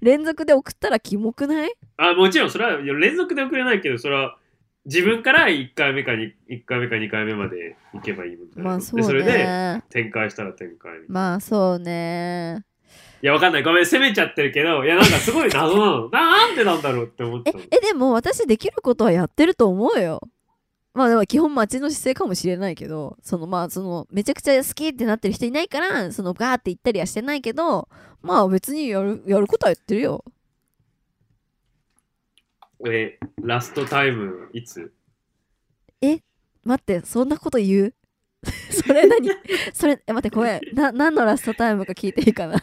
A: 連続で送ったらキモくない
B: あ、もちろん、それは、いや連続で送れないけど、それは、自分から1回目かに1回目か2回目まで行けばいいみたいな。
A: まあそ
B: でそうれで、
A: ね
B: 展開したら展開。い
A: まあそうね
B: や、わかんない。ごめん、責めちゃってるけど、いや、なんかすごい謎なの。なんでなんだろうって思っ
A: え
B: たの。
A: えでも私できることはやってると思うよまあでも基本待ちの姿勢かもしれないけどそのまあそのめちゃくちゃ好きってなってる人いないからそのガーって言ったりはしてないけどまあ別にやるやることはやってるよ
B: え、ラストタイム、いつ
A: 待ってそんなこと言う (laughs) それ何それえ待ってごめんな何のラストタイムか聞いていいかな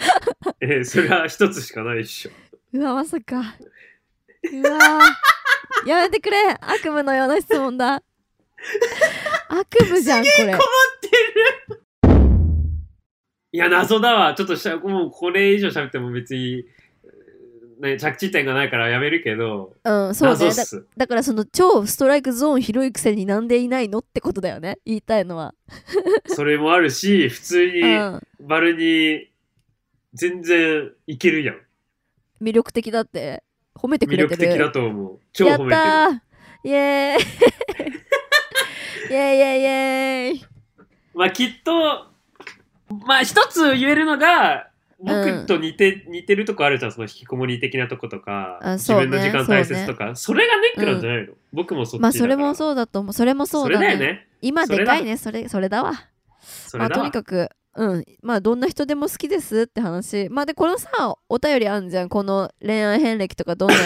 A: (laughs)
B: えーそれは一つしかないっしょ。
A: うわまさかうわーやめてくれ悪夢のような質問
B: (laughs)
A: だ悪夢じゃんこれ
B: いや、謎だわ。ちょっとした、もうこれ以上喋っても別に、えーね、着地点がないからやめるけど、
A: うんそう
B: 謎
A: ね
B: っ
A: だ
B: す。
A: だからその超ストライクゾーン広いくせになんでいないのってことだよね言いたいのは、
B: それもあるし、普通
A: う
B: に、
A: ん、
B: バルに、全然いけるやん。
A: 魅力的だって褒めてくれ
B: 魅
A: て
B: 力
A: る
B: 的だと思う。超
A: やっ
B: 褒めてる。
A: たーイエー (laughs) イイエイイエイイエイ
B: まあ、きっと、まあ、一つ言えるのが、僕と似て、似てるとこあるじゃん、その引きこもり的なとことか、
A: あ
B: 自
A: そうね
B: 分の時間大切とか、それがネックなんじゃないの、僕もそっちだから
A: まあそれもそうだと思うそれもそうだ
B: そ
A: ね
B: れだよね。
A: 今でかいねそれそれだわ
B: そ
A: ま
B: れ
A: あ
B: だ
A: と
B: わ
A: に。かくうんまあどんな人でも好きですって話まあでこのさお便りあんじゃんこの恋愛遍歴とかどん
B: (coughs)
A: な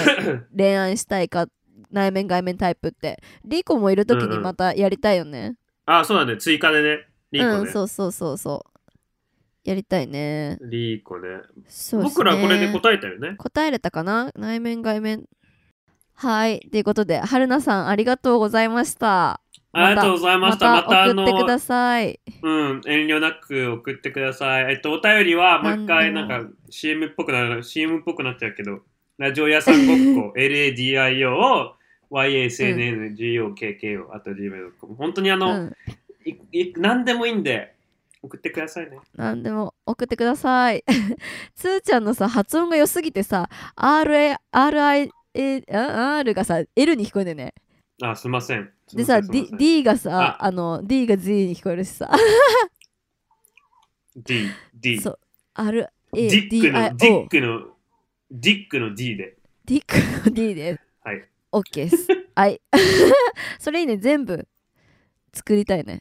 A: 恋愛したいか内面外面タイプってリコもいる時
B: うんう
A: に
B: ん
A: またやりたいよね
B: あ、そうだね。追加でね。リーコね。
A: うんそうそうそうそうやりたいね
B: リーコね。
A: そうですね
B: 僕らこれで答えたよね。
A: 答えれたかな内面外面はいということで春菜さんありがとうございました
B: ありがとうございました。また、あ
A: 送ってく
B: の、
A: ださい
B: うん、遠慮なく送ってください。えっと、お便りは、もう一回、
A: な
B: な
A: で
B: んん
A: も
B: か、CM っぽくなる、CM っぽくなっちゃうけど、ラジオ屋さ
A: (laughs)
B: んごっこ、LADIO を、YASNNGOKKO、あと Gmail.com。本当にあ
A: う
B: の、
A: ん
B: いい何でもいいんで、送ってくださいね。
A: なんでも送ってください (laughs) つーちゃんのさ発音が良すぎてさ RA RI えあ R がさ L に聞こえるんだよね
B: あ、すいません。
A: でさ
B: すいません
A: D, D がさ
B: あ
A: あの D が Z に聞こえるしさ
B: D、
A: (laughs)
B: D。
A: そう RA
B: ディック
A: DIO
B: の、ディックの、ディックの D で。
A: ディックの D です。
B: はい。
A: OK です。はい。 (laughs) それいいね。全部作りたいね。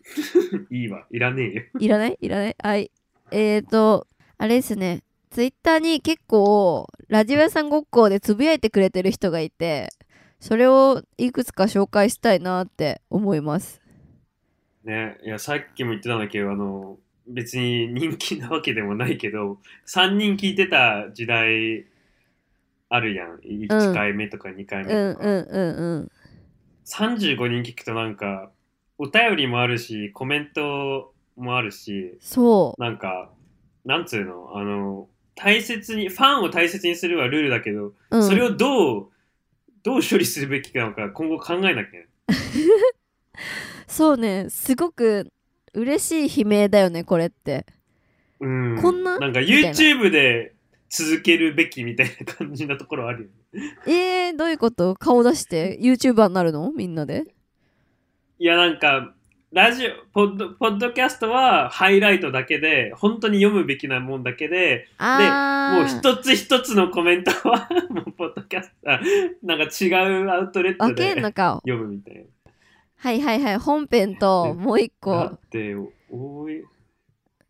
B: いいわ、いらねえよ。
A: いらないいらないはい。えーと、あれですね。ツイッターに結構、ラジオ屋さんごっこでつぶやいてくれてる人がいて、それをいくつか紹介したいなって思います。
B: ね、いや、さっきも言ってたんだけど、あの、別に人気なわけでもないけど、3人聞いてた時代あるやん。1回目とか2回
A: う
B: 目
A: んうん
B: とか。
A: うん
B: 35人聞くとなんか、お便りもあるし、コメントもあるし、
A: そう
B: なんか、なんつうの、あの、大切に、ファンを大切にするはルールだけど、
A: うん、
B: それをどう、どう処理するべきなのか今後考えなきゃ。
A: そうねすごく嬉しい悲鳴だよねこれって
B: うん。
A: こんな
B: なんか
A: みたいな
B: YouTube で続けるべきみたいな感じなところあるよね。
A: えー、どういうこと顔出して YouTuber になるのみんなで
B: いや、なんか、ラジオ、ポッド、ポッドキャストはハイライトだけで、本当に読むべきなもんだけで、
A: あー
B: もう一つ一つのコメントは、 (laughs) もうポッドキャスト、あなんか違うアウトレット
A: 分け
B: で
A: んのか
B: 読むみたいな。
A: はいはいはい本編ともう一
B: だ
A: 個
B: って、多い。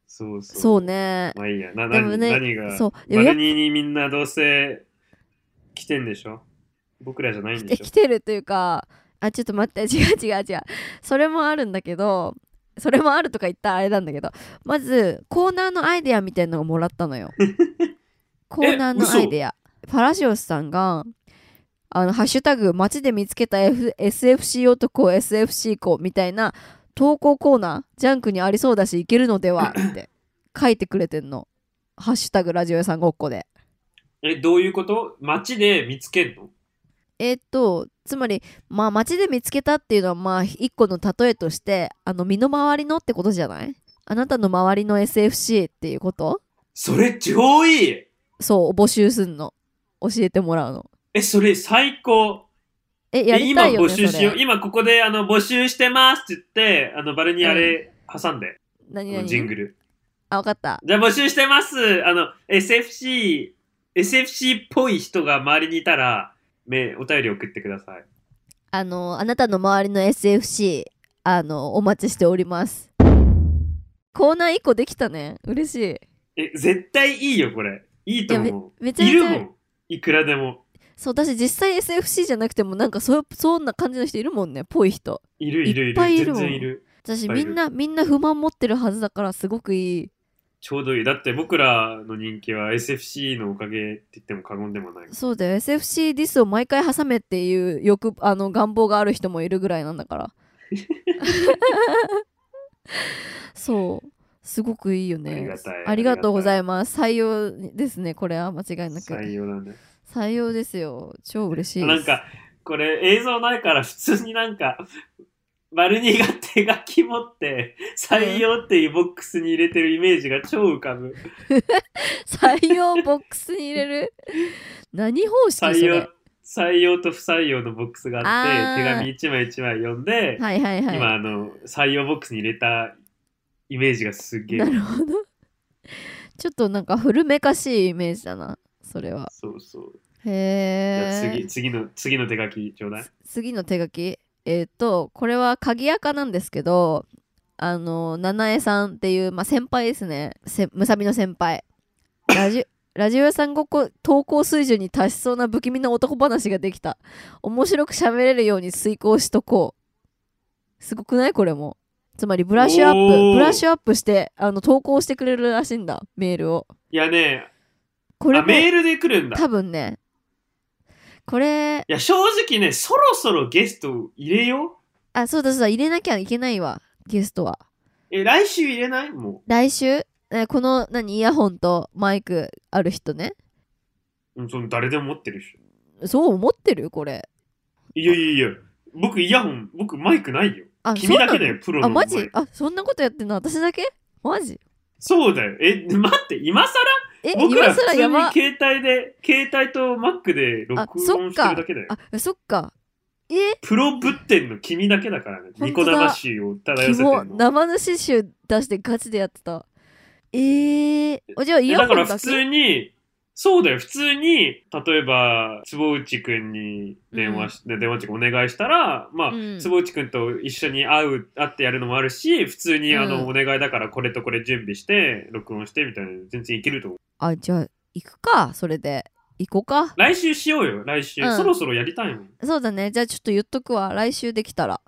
B: そうそう。
A: そうね
B: まあいいや。な、
A: でも
B: 何
A: ね
B: 何が。
A: そうでもや
B: 丸
A: っぱ
B: 二にみんなどうせ来てんでしょ僕らじゃないんで
A: 来て
B: し
A: 来
B: ょ
A: てるというかあちょっと待って (laughs) 違う違う違うそれもあるんだけどそれもあるとか言ったらあれなんだけどまずコーナーのアイデアみたいなのをもらった
B: (laughs)
A: のよコーナーのアイデアパラシオスさんがあの「ハッシュタグ街で見つけた、F、SFC 男 SFC 子」みたいな投稿コーナージャンクにありそうだしいけるのではって書いてくれてんの「ハッシュタグラジオ屋さんごっこ」で
B: え、どういうこと街で見つけんの
A: えーっとつまりまあ街で見つけたっていうのはまあ一個の例えとしてあの身の回りのってことじゃないあなたの周りの SFC っていうこと
B: それ超いい
A: そう募集すんの教えてもらうの
B: え、それ最高。
A: え
B: え
A: やりたいよ
B: 今
A: ね
B: 募集
A: そ
B: し
A: れ
B: よう。今ここであの募集してますって言って、あのバルにあれ挟んで、
A: 何
B: この
A: 何
B: ジングル。
A: あ分かった
B: じゃあ募集してます。あの、SFC、SFC っぽい人が周りにいたら、めお便り送ってください。
A: あのあなたの周りの SFC あのお待ちしておりますコーナー一個できたね嬉しい
B: え、絶対いいよ、これ。いいと
A: いや
B: 思
A: めち
B: う。
A: ゃ
B: い
A: めち
B: る
A: ゃ
B: もん。いくらでも。
A: そう私実際 SFC じゃなくてもなんかそうそんな感じの人いるもんねぽい人
B: いるいるいる。
A: いっぱいいる
B: 全然いる。
A: 私
B: いっぱいい
A: み
B: る
A: んなみんな不満持ってるはずだからすごくいい
B: ちょうどいい。だって僕らの人気は SFC のおかげって言っても過言でもない。
A: そうだよ SFC ディスを毎回挟めっていう欲あの願望がある人もいるぐらいなんだ
B: (laughs)
A: からそうすごくいいよね
B: ありがたい
A: ありがとうございます採用ですねこれは間違いなく
B: 採用なんだね。
A: 採用ですよ超嬉しいです
B: なんか、これ映像ないから普通になんか、バルニーが手書き持って、採用っていうボックスに入れてるイメージが超浮かぶ。
A: 採用ボックスに入れ
B: (laughs)
A: る何方式そ
B: 採用
A: れ、
B: 採用と不採用のボックスがあって、手
A: あー
B: 紙一枚一枚読んで、
A: はいはいはい
B: 今あの、採用ボックスに入れたイメージがすげえ
A: な。るほどちょっとなんか古めかしいイメージだなそれは
B: そうそう。じゃあ
A: へえ
B: 次、次の、次の手書きちょうだい。
A: 次の手書きえっ、とこれは鍵垢なんですけどあの七重さんっていう、まあ、先輩ですねせむさびの先輩ラジ (coughs) ラジオ屋さんごっこ投稿水準に達しそうな不気味な男話ができた面白く喋れるように遂行しとこうすごくないこれもつまりブラッシュアッ
B: おー
A: プブラッシュアップしてあの投稿してくれるらしいんだメールを
B: いやね、
A: これ
B: あ
A: も
B: メールで来るんだ。
A: 多分ねこれ
B: いや、正直ね、そろそろゲスト入れよ
A: あ、そうだそうだ、入れなきゃいけないわ、ゲストは。
B: う。え、来週入れないも
A: 来週、えこの、何、イヤホンとマイクある人ね。
B: う。うんその誰でも持ってるっしょ。
A: そう思ってるこれ。
B: いやいやいや、僕イヤホン、僕マイクないよ。
A: あ、
B: 君だ
A: そ
B: け
A: うな
B: だよ、プ
A: の
B: ロの
A: あ、
B: マ
A: マ
B: イク。
A: ジあ、そんなことやってんの私だけマジ
B: そうだよ。え、待って、今更
A: え、
B: 僕
A: 今
B: ら普
A: 更
B: 通に
A: やば。
B: 携帯で、携帯と Mac で録
A: あ、そ
B: 音
A: っ
B: してる
A: か
B: だけだよ。。
A: あ、そっか。え
B: プロぶってんの君だけだからね。
A: 当だ
B: ニコ魂を漂わ
A: キ
B: せてん
A: モ、
B: の。
A: 生主集出してガチでやってた。えー、おじゃあイ
B: え
A: ヤホ
B: だ
A: ン
B: か
A: だ
B: ら
A: け
B: 普通に、そうだよ、普通に、例えば、坪内くんに電話し、で電話っていうかお願いしたら、まあ、
A: うん
B: 坪内くんと一緒に会う、会ってやるのもあるし、普通に、あの、
A: うん
B: お願いだからこれとこれ準備して、録音してみたいな、全然いけると思う。
A: あ、じゃあ行くか、それで。行こうか。
B: 来週しようよ、来週。
A: うん
B: そろそろやりたいもん。
A: そうだね。じゃあちょっと言っとくわ。来週できたら。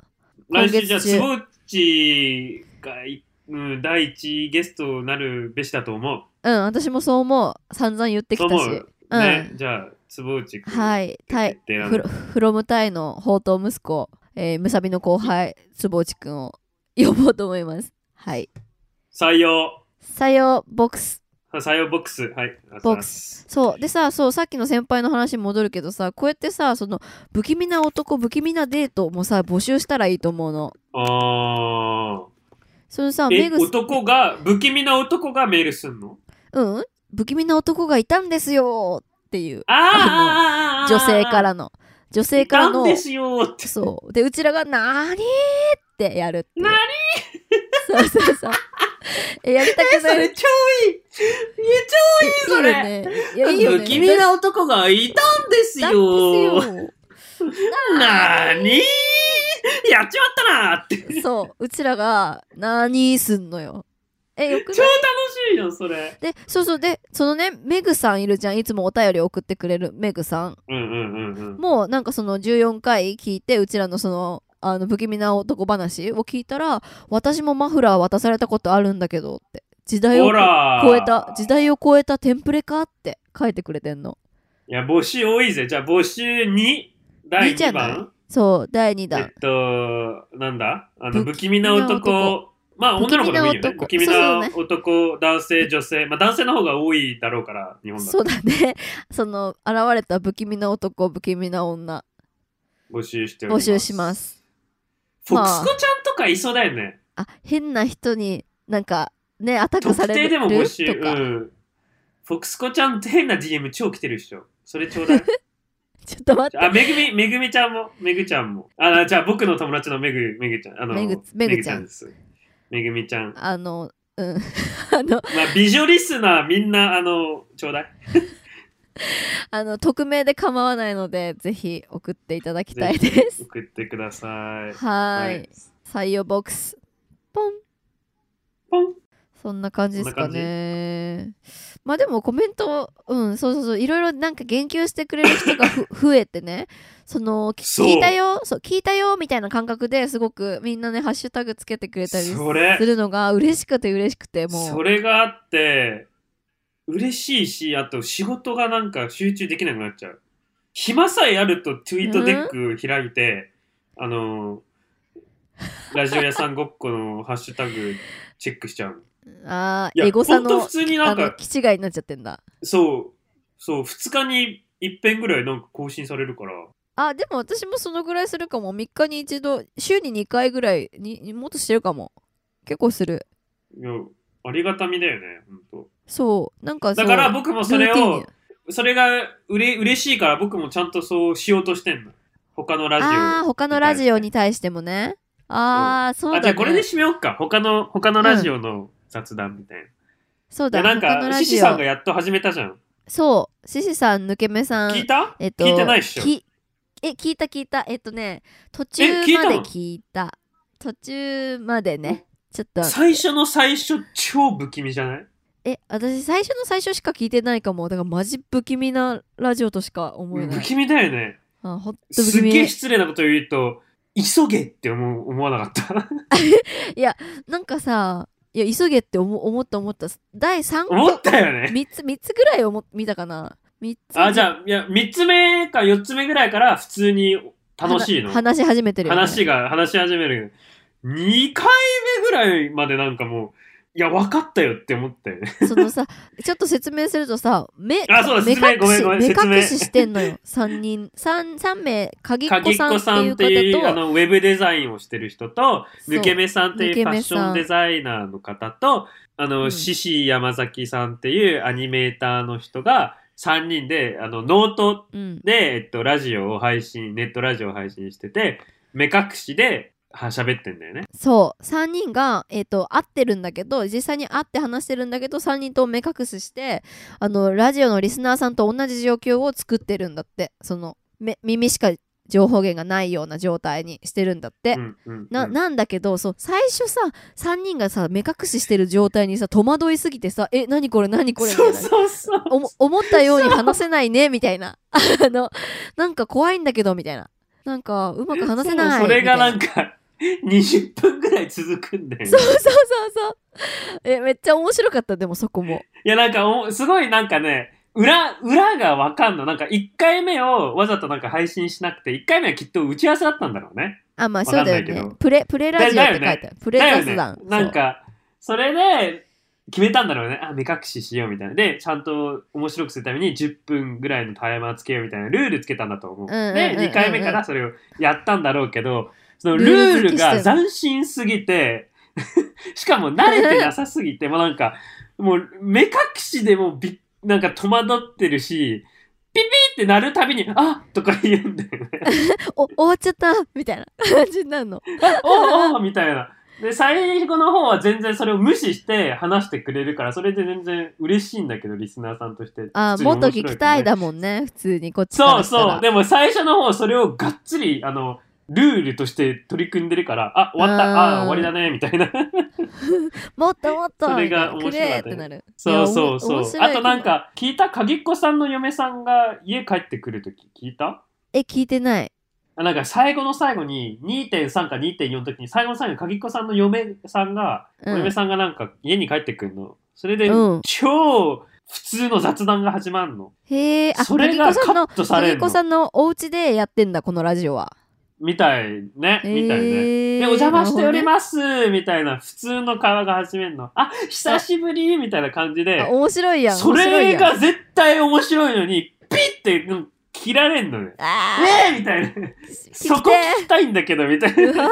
A: 今
B: 来
A: 月中
B: 週じゃあ、坪内がい、うん、第一ゲストなるべしだと思う。
A: うん、私もそう思う。散々言ってきた
B: そう
A: し。
B: 思う
A: うん
B: ね、じゃあ、坪内くん。
A: はい。タイ、
B: であの
A: フロフロムタイの宝刀息子、えー、むさびの後輩、坪内くんを呼ぼうと思います。はい。
B: 採用
A: 採用ボックス
B: 採用ボックスはい
A: ボックスそうでさそうさっきの先輩の話に戻るけどさこうやってさその不気味な男不気味なデートもさ募集したらいいと思うの
B: ああ
A: そのさ
B: え
A: メグス
B: 男が不気味な男がメールすんの
A: うん不気味な男がいたんですよっていう
B: ああ
A: 女性からの女性から
B: な
A: の
B: んですよーって
A: そうでうちらが「なーにー?」ってやるっていう
B: な
A: そうそう
B: (laughs)
A: そうえやりたく
B: そ
A: ない
B: れ超いいいや超いいそれ
A: いいよねいやいいよね
B: 不気味な男がいたんですよ
A: だってよ
B: なーにーやっちまったなーって
A: そう、うちらが、何すんのよ。え、よく
B: 超
A: ない
B: 楽しいよそれ
A: で、そうそう、で、そのね、メグさんいるじゃん。いつもお便り送ってくれるメグさん。
B: うんうんうんうん
A: もう、なんかその14回聞いて、うちらのその、あの、不気味な男話を聞いたら、私もマフラー渡されたことあるんだけどって。時代を
B: ほらー
A: 超えた、時代を超えたテンプレかって書いてくれてんの。
B: いや募集多いぜじゃあ募集2第
A: いいじゃ
B: 2
A: ない
B: 番
A: そう、第2
B: え
A: 弾
B: っ。となんだあ
A: 不
B: の不
A: 気
B: 気
A: 味
B: 味
A: な
B: な
A: 男
B: 男まあ女の子でもいいよね
A: 不気
B: 不気
A: 味
B: 味
A: な
B: な
A: 男
B: 男男性女性まあ男性の方が多いだろうから日本だ
A: そ
B: と
A: うだね。 (laughs) その、現れた不気味な男、不気味な女、
B: 募集してお
A: 募
B: ります
A: 集します。
B: フォックスコちゃんとかいそうだよね
A: あ変な人になんかねアタック
B: 特
A: され
B: 定
A: る
B: でも募集
A: とか、
B: うんフォックスコちゃんって変な DM 超来てるっしょそれち
A: (laughs)
B: ょうだい
A: ちょっと待って
B: あめぐみめぐみちゃんもめぐちゃんもあじゃあ僕の友達のめぐめぐちゃんあの
A: めぐめぐちゃん
B: ですめぐみちゃん
A: あのうん (laughs) あの
B: まあ、美女リスナーみんな、あの、ちょうだい。
A: あの匿名で構わないのでぜひ送っていただきたいです
B: 送ってください。
A: はーい。採用ボックスポン
B: ポン。
A: そんな感じですか
B: そんな
A: ねまあでもコメントうんそうそうそういろいろなんか言及してくれる人が (laughs) ふ増えてねそのき
B: そう
A: 聞いたよそう聞いたよみたいな感覚ですごくみんなねハッシュタグつけてくれたりす
B: それ、
A: るのが嬉しくて嬉しくてもう
B: それがあって、嬉しいし、あと仕事がなんか集中できなくなっちゃう。暇さえあるとツイートデック開いて、あの、ラジオ屋さんごっこのハッシュタグチェックしちゃう。
A: あ
B: い
A: ー
B: や、
A: エゴサ
B: ほんと
A: の
B: 普通にな
A: あ
B: ん
A: の
B: か、
A: 気違いになっちゃってんだ
B: そう、そう、2日に一遍ぐらいなんか更新されるから。
A: あでも私もそのぐらいするかも3日に一度週に2回ぐらいにもっとしてるかも結構する
B: いや、ありがたみだよね、本当。
A: そうなんかそ
B: だ
A: う
B: から僕もそれ
A: ルーティンに
B: を、それがうれ嬉しいから僕もちゃんとそうしようとしてんの。他のラジオ。
A: ああ他のラジオに対してもねああそうだ
B: あ、じゃあこれで
A: ね
B: 締めようか。他の、他のラジオの雑談みたいな。
A: そう
B: い
A: だ
B: やなん
A: 他の
B: か、
A: ラ
B: シシ
A: ジ
B: さん
A: オ
B: がやっと始めたじゃん。
A: そうシシさん抜け目さん
B: 聞いた、
A: えっと
B: 聞いてないっしょ。
A: きえ聞いた聞いたえっとね途中
B: え聞い
A: ま
B: たの
A: で聞いた途中までねちょっと
B: 最初の最初超不気味じゃない
A: え私最初の最初しか聞いてないかもだからマジ不気味なラジオとしか思えない
B: 不気味だよね。
A: あほんと不
B: す
A: 気
B: っげえ
A: 味
B: 失礼なこと言うと、急げって思う思わ
A: (laughs)
B: なかった。
A: なんかさいや急げって思思った思った第3
B: 思ったよね。
A: 3つ三つぐらい思見たかな3つ
B: あ、じゃあ、いや、3つ目か4つ目ぐらいから普通に楽しいの。
A: はな話し始めてるよ、ね、
B: 話が話し始める2回目ぐらいまでなんかもういや分かったよって思ったよね
A: (laughs) そのさちょっと説明するとさ目
B: あそうだ
A: 目隠
B: 説明ごめん
A: し
B: ごめん
A: 目
B: 説明
A: 隠ししてんのよ3人三三名鍵っ子
B: 鍵っ
A: さん
B: 子さんっ
A: って
B: てい
A: いう
B: うあ
A: 方と
B: のウェブデザインをしてる人と
A: そう
B: 抜け目さんっていうファッシ
A: 抜け目
B: ョ
A: さん
B: ンデザイナーの方とあ
A: うん
B: の獅子、山崎さんっていうアニメーターの人が3人であのノート
A: うん
B: で、えっと、ラジオを配信ネットラジオを配信してて目隠しでは喋ってんだよね
A: そう3人が、えー、と会ってるんだけど実際に会って話してるんだけど3人とも目隠ししてあのラジオのリスナーさんと同じ状況を作ってるんだってそのめ耳しか情報源がないような状態にしてるんだって、
B: うんうんうん
A: ななんだけどそう最初さ3人がさ目隠ししてる状態にさ戸惑いすぎてさ「え何これ何これ」みた
B: そ
A: いうな
B: そうそう
A: おも思ったように話せないねみたいな (laughs) あのなんか怖いんだけどみたいななんかうまく話せない
B: そうそれがなん
A: み
B: か20分ぐらい続くんだよね
A: たいなそうそうそうそうえめっちゃ面白かったでもそこも
B: いやなんかおすごいなんかね裏裏がわかんのなんか1回目をわざとなんか配信しなくて1回目はきっと打ち合わせだったんだろうね
A: あまあそうだよ
B: わかんない
A: ね
B: けど
A: プレプレラジオって書いてある、プレ
B: だよ
A: 雑
B: ね
A: 談、
B: なんかそれで、決めたんだろうね。あ、目隠ししようみたいな。で、ちゃんと面白くするために10分ぐらいのタイマーつけようみたいなルールつけたんだと思う。
A: うんうんうんうんう
B: で、
A: ん
B: 2回目からそれをやったんだろうけど、そのルールが斬新すぎて、 (laughs) しかも慣れてなさすぎて、もうなんか、もう目隠しでもうびなんか戸惑ってるし、ピピってなるたびに、あとか言うんだよね。
A: お終わっちゃったみたいな感じになるの。
B: おーおーみたいな。で、最後の方は全然それを無視して話してくれるから、それで全然嬉しいんだけど、リスナーさんとして。
A: あー
B: 普通に
A: もっと
B: 面
A: 聞
B: 白いからね
A: きたいだもんね普通にこっちか
B: そう
A: らしたら
B: そう。でも最初の方、それをがっつり、あの、ルールとして取り組んでるから、あ、終わ
A: う
B: った、
A: ん
B: あ、終わりだね、みたいな。
A: もっともっと
B: それが
A: みたいなくれーってなる
B: そうそうそ
A: 面
B: う。
A: 白い
B: あとなんか、聞いた鍵っ子さんの嫁さんが家帰ってくるとき、聞いた
A: え聞いてない
B: あなんか最後の最後に2.3か2.4の時に最後の最後に鍵っ子さんの嫁さんが、
A: うん
B: お嫁さんがなんか家に帰ってくるのそれで、
A: うん
B: 超普通の雑談が始まるの
A: へえあ
B: それ
A: かぎこ
B: が
A: さんの
B: カットされるの
A: かぎこさんのお家でやってんだこのラジオは
B: みたいね、 (laughs) みたいね
A: へー
B: でお邪魔してお
A: な
B: り
A: る
B: ます、みたいな普通の会話が始めるのあ久しぶりみたいな感じ
A: ほどねあ
B: で
A: 面白いやん
B: そ
A: 面白い
B: れ
A: やん
B: が絶対面白いのにピッてうん切られんのね
A: あ
B: えー、みたいな
A: ー聞きて
B: そこ聞きたいんだけどみたいう (laughs) な
A: わ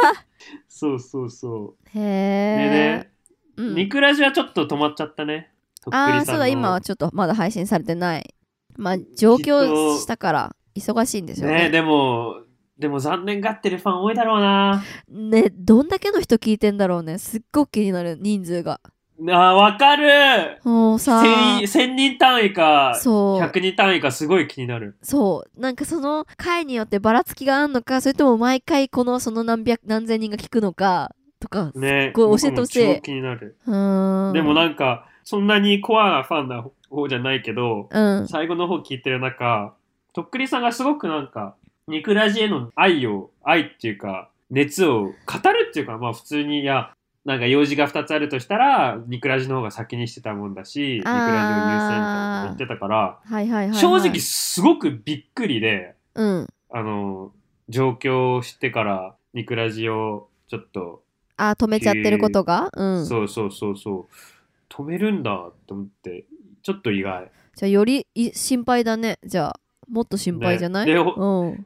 B: そうそうそ
A: へ
B: うで
A: え
B: ね
A: うん
B: ニクラジはちょっと止まっちゃったね。とっく
A: あ
B: りさん
A: あ
B: の
A: そうだ今はちょっとまだ配信されてないまあ上京したから忙しいんですよ
B: ね
A: ね
B: でも、でも残念がってるファン多いだろうな。
A: ねどんだけの人聞いてんだろうねすっごく気になる人数が
B: あー、わかる
A: もうさ
B: 1000, 人単位か、
A: そう
B: 100人単位かすごい気になる。
A: そうなんかその回によってばらつきがあるのかそれとも毎回このその何百何千人が聞くのかとか
B: ね
A: すっごい教えてほしい
B: 僕も超気になる。
A: うーん
B: でもなんか、そんなにコアなファンな方じゃないけど、
A: うん
B: 最後の方聞いてる中、とっくりさんがすごくなんか、ニクラジへの愛を、愛っていうか、熱を語るっていうか、まあ普通に、いや、なんか用事が2つあるとしたら、ニクラジの方が先にしてたもんだし、ニクラジを優先みたいなこと言ってたから、
A: はいはいはい、はい、
B: 正直すごくびっくりで、
A: うん
B: あの、上京してから、ニクラジをちょっと、
A: あー止めちゃってることがうん
B: そうそうそうそう、止めるんだと思って、ちょっと意外。
A: じゃあよりい心配だねじゃあもっと心配じゃない、
B: ねでお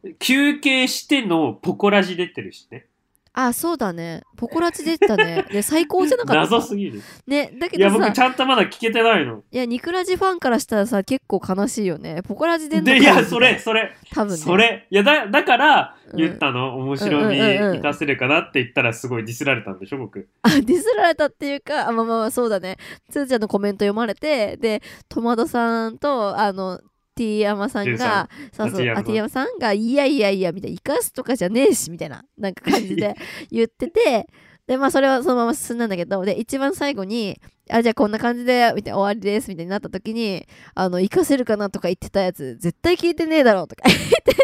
A: うん
B: 休憩してのポコラジ出てるしね。
A: あそうだねポコラチ出てた
B: (laughs)
A: ねで最高じゃなかった
B: 謎すぎる。
A: ねだけ
B: いや、
A: どさ
B: 僕ちゃんとまだ聞けてないの。
A: いやニクラジファンからしたらさ結構悲しいよねポコラジ出んのか
B: で、い
A: みた
B: や、
A: な
B: それ、それ、
A: 多分ね
B: それ。いや、だ、だから、
A: うん
B: 言ったの、面白
A: うん
B: み
A: うんうんうん
B: 活かせるかなって言ったら、すごいディスられたんでしょ、僕。
A: あディスられたっていうかあまあまあまあそうだねつーちゃんのコメント読まれてでトマトさんとあの T 山さんがそうそうあ
B: T 山さん
A: T 山さんが「いやいやいや」みたいな「生かすとかじゃねえし」みたいななんか感じ
B: (laughs)
A: で言っててでまあそれはそのまま進んだんだけどで一番最後に「あじゃあこんな感じで」みたいな「終わりです」みたいになった時に「あの生かせるかな」とか言ってたやつ絶対聞いてねえだろうとか言って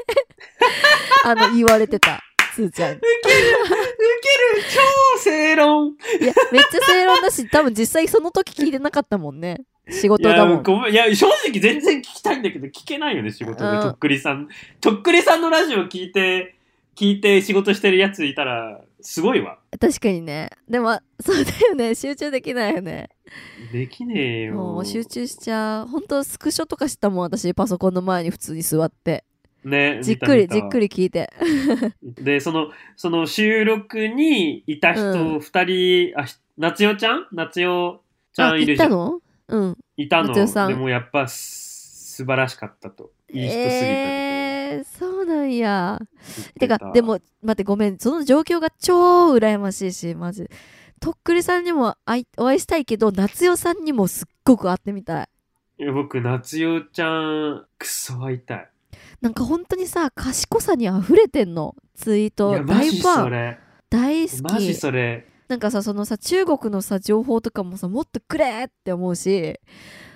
A: あの言われてたつーちゃんに
B: ウケる超正論
A: いや、めっちゃ正論だ
B: (laughs)
A: し、多分実際その時聞いてなかったもんね。仕事
B: いや
A: だもん。
B: ごめんいや、正直全然聞きたいんだけど、聞けないよね、仕事
A: う
B: で。
A: ん
B: とっくりさん。とっくりさんのラジオ聞いて、聞いて仕事してるやついたら、すごいわ。
A: 確かにね。でも、そうだよね。集中できないよね。
B: できねえよ。
A: もう集中しちゃう。本当スクショとかしたもん、私、パソコンの前に普通に座って。
B: ね、
A: じっくり、じっ
B: り
A: くり聞いて。
B: でそのその収録にいた
A: う
B: 人2人、あひ夏代ちゃん夏代ちゃ
A: あ、
B: んい
A: 行
B: る
A: っ
B: じゃ
A: た
B: ん
A: のうん。
B: いたの
A: 夏代さん
B: でもやっぱす素晴らしかったといい人すぎたみたいな
A: えー、そうなんや。
B: 言っててた
A: か、でも、待って、ごめん。その状況が超羨ましいし、マジ。とっくりさんにも会いお会いしたいけど、夏代さんにもすっごく会ってみたい。
B: いや僕夏代ちゃんクソ会いたい
A: なんか本当にさ賢さに溢れてんのツイー
B: い
A: ト
B: やマ
A: 大
B: ジ
A: ファ
B: そ
A: ン
B: れ
A: 大好
B: マジ
A: き
B: それ
A: なんかさそのさ中国のさ情報とかもさもっとくれって思うし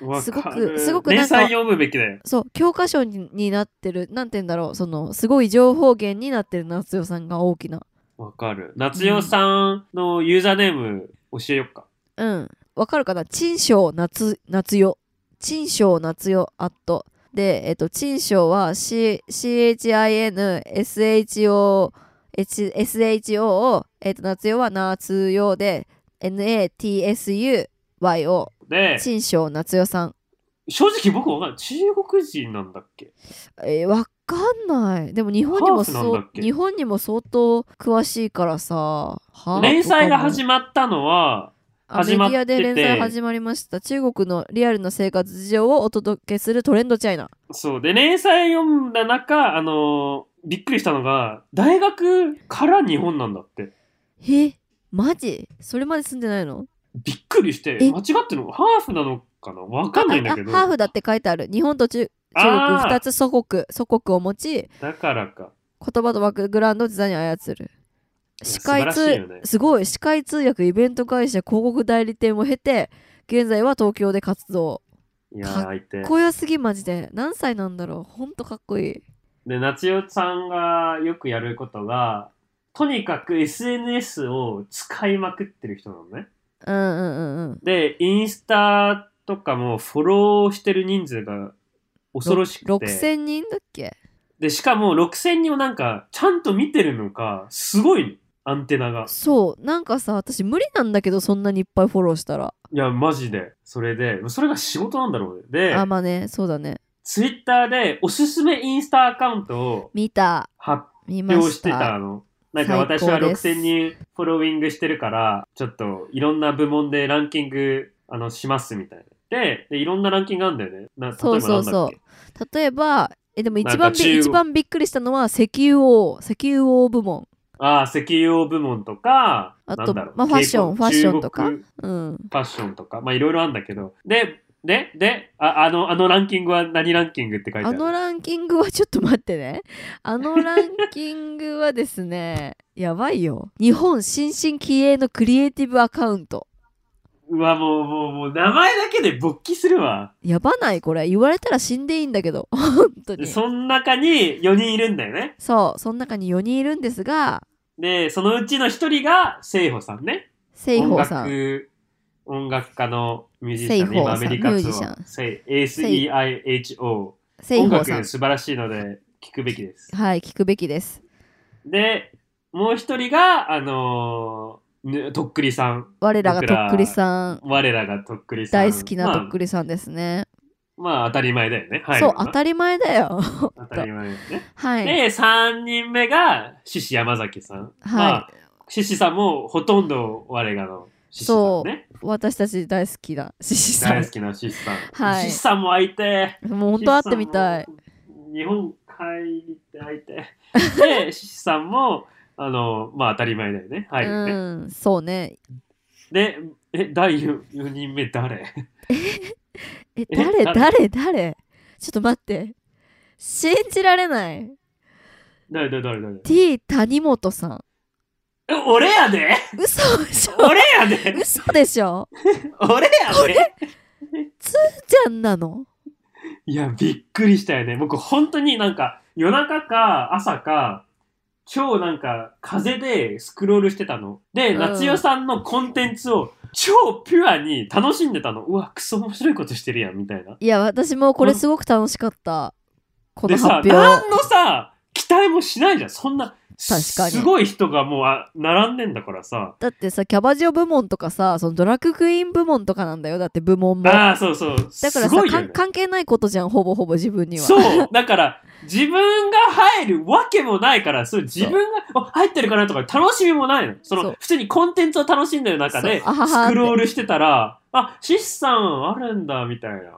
B: わ
A: すご
B: か
A: く
B: る
A: すごくなんか
B: 連載読むべきだよ
A: そう教科書にになってるなんて言うんだろうそのすごい情報源になってる夏代さんが大きな
B: わかる夏代さんのユーザーネーム教えよっか
A: うんわかるかな陳章夏夏代陳章夏代アットでえっと陳章は、C、CHINSHO H- SHO を、えっと夏代は夏代で NATSUYO
B: で、
A: 新章夏代さん
B: 正直僕わかんない。中国人なんだっけ
A: えーわかんないでも日本に
B: ハ
A: も
B: ーフなん
A: そ
B: だっ
A: う
B: け
A: 日本にも相当詳しいからさ
B: 連載が
A: ま
B: 始まったのは、始ま
A: メ
B: っ
A: ディ
B: てて
A: アで連載始まりました中国のリアルな生活事情をお届けするトレンドチャイナ
B: そう。で、連載読んだ中、あのーびっくりしたのが、大学から日本なんだって。
A: えマジそれまで住んでないの
B: びっくりして、
A: え
B: 間違ってるのハーフなのかなわかんないんだけど。
A: ああハーフだって書いてある日本と中中
B: あー
A: 国2つ祖国祖国を持ち
B: だからか。
A: 言葉とバックグラウンドを自在に操る
B: や
A: 司会
B: 素晴らしいよ
A: 通、
B: ね
A: すごい司会通訳イベント会社広告代理店を経て現在は東京で活動
B: いや
A: かっ
B: ー、いて
A: かっ。こよすぎマジで何歳なんだろうほんとかっこいい
B: で、夏代さんがよくやることが、とにかく SNS を使いまくってる人なのね。
A: うんうんうんうん
B: で、インスタとかもフォローしてる人数が恐ろしくて。
A: 6000人だっけ
B: で、しかも6000人をなんか、ちゃんと見てるのか、すごいのアンテナが。
A: そうなんかさ私無理なんだけどそんなにいっぱいフォローしたら
B: いや、マジで。それで、それが仕事なんだろうね。で
A: あ、まあねそうだね
B: ツイッターでおすすめインスタアカウントを
A: 見た
B: 発
A: 見ま
B: 表
A: し
B: してた
A: た
B: の。なんか私は
A: 最高です
B: 6000人フォロウィングしてるから、ちょっといろんな部門でランキング、あの、しますみたいな。で、でいろんなランキングあるんだよね。な例えば
A: そ
B: なんだっ
A: う
B: け
A: そうそう例えばえでも一
B: なん
A: 番
B: か
A: び
B: 中国
A: 一番びっくりしたのは石油王石油王部門
B: ああ、石油王部門とか、
A: あと
B: なんだろう
A: まあファッション
B: 英語
A: ファッションとか
B: 中国
A: うん
B: ファッションとか、まあいろいろあるんだけど。で、で、で、ああの、あのランキングは何ランキングって書いてあ
A: あ
B: る
A: のランキングはちょっと待って
B: (laughs)
A: ねあのランキングはですねやばいよ日本新進気鋭のクリエイティブアカウント
B: うわ、もう、もう、もう、名前だけで勃起するわ。
A: やばないこれ言われたら死んでいいんだけど (laughs) 本当
B: で
A: に
B: そん中に4人いるんだよね。
A: そうその中に4人いるんですが
B: で、そのうちの1人が、聖保さんね。
A: セイホーさ
B: 音
A: ん
B: 楽、音楽家のミュージシャ
A: セ
B: ン、
A: イホ
B: 今
A: ー
B: ア
A: さん
B: メリカ
A: ミュ
B: ツ
A: ー
B: を
A: ジシャン
B: セイ SEIHO。
A: セイ
B: 音
A: ホーさ
B: 楽
A: ん
B: 素晴らしいので、聞くべきです。
A: はい聞くべきです
B: で、もう1人が、あのーぬとっくりさん。
A: 我らが
B: 僕
A: と
B: ら
A: っくりさん
B: 我らがとっくりさん。
A: 大好きなとっくりさんですね、
B: まあ、まあ当たり前だよね。はい。
A: そう当たり前だ
B: (laughs)
A: よ
B: 当たり前だよね。
A: はい
B: で、3人目が、獅子山崎さん。
A: はい
B: まあ、獅子さんもほとんど我がの獅子さんね。
A: 私たち大好きな獅子さ
B: 大
A: ん
B: 好きな獅子さん。
A: はい
B: 獅子さんも会いてえ。
A: もう本当会ってみたい
B: 獅子さんも。日本帰って会いてえ。で、獅子さんも、あの、まあ当たり前だよね。入るよね。
A: うんそうね
B: で、え、第 4, 人目誰
A: え
B: え
A: 誰
B: 誰
A: 誰誰ちょっと待って信じられない
B: 誰誰誰誰
A: T 谷本さん
B: え俺やで
A: 嘘でしょ
B: 俺
A: (laughs)
B: やで
A: 嘘でしょ
B: 俺やで
A: ちゃんなの
B: いや、びっくりしたよね。僕、本当になんか、夜中か朝か、超なんか、風でスクロールしてたの。で、
A: うん
B: 夏代さんのコンテンツを、超ピュアに楽しんでたの。うわ、クソ面白いことしてるやん、みたいな。
A: いや私もこれすごく楽しかったこの
B: でさ、
A: 発表
B: 何のさ、期待もしないじゃん。そんな、
A: 確かに
B: すごい人がもう、あ並んでんだからさ。
A: だってさキャバ嬢部門とかさそのドラッグクイーン部門とかなんだよだって部門もだか
B: ああ、そうそう。
A: らさ、
B: すごいよ
A: か
B: ね
A: ん関係ないことじゃんほぼほぼ自分には
B: そう。だから、自分が入るわけもないから、そう自分があ入ってるかなとか楽しみもないの。その
A: そう
B: 普通にコンテンツを楽しんでる中で、ス
A: そうあははって
B: クロールしてたら、あ、シスさんあるんだ、みたいな。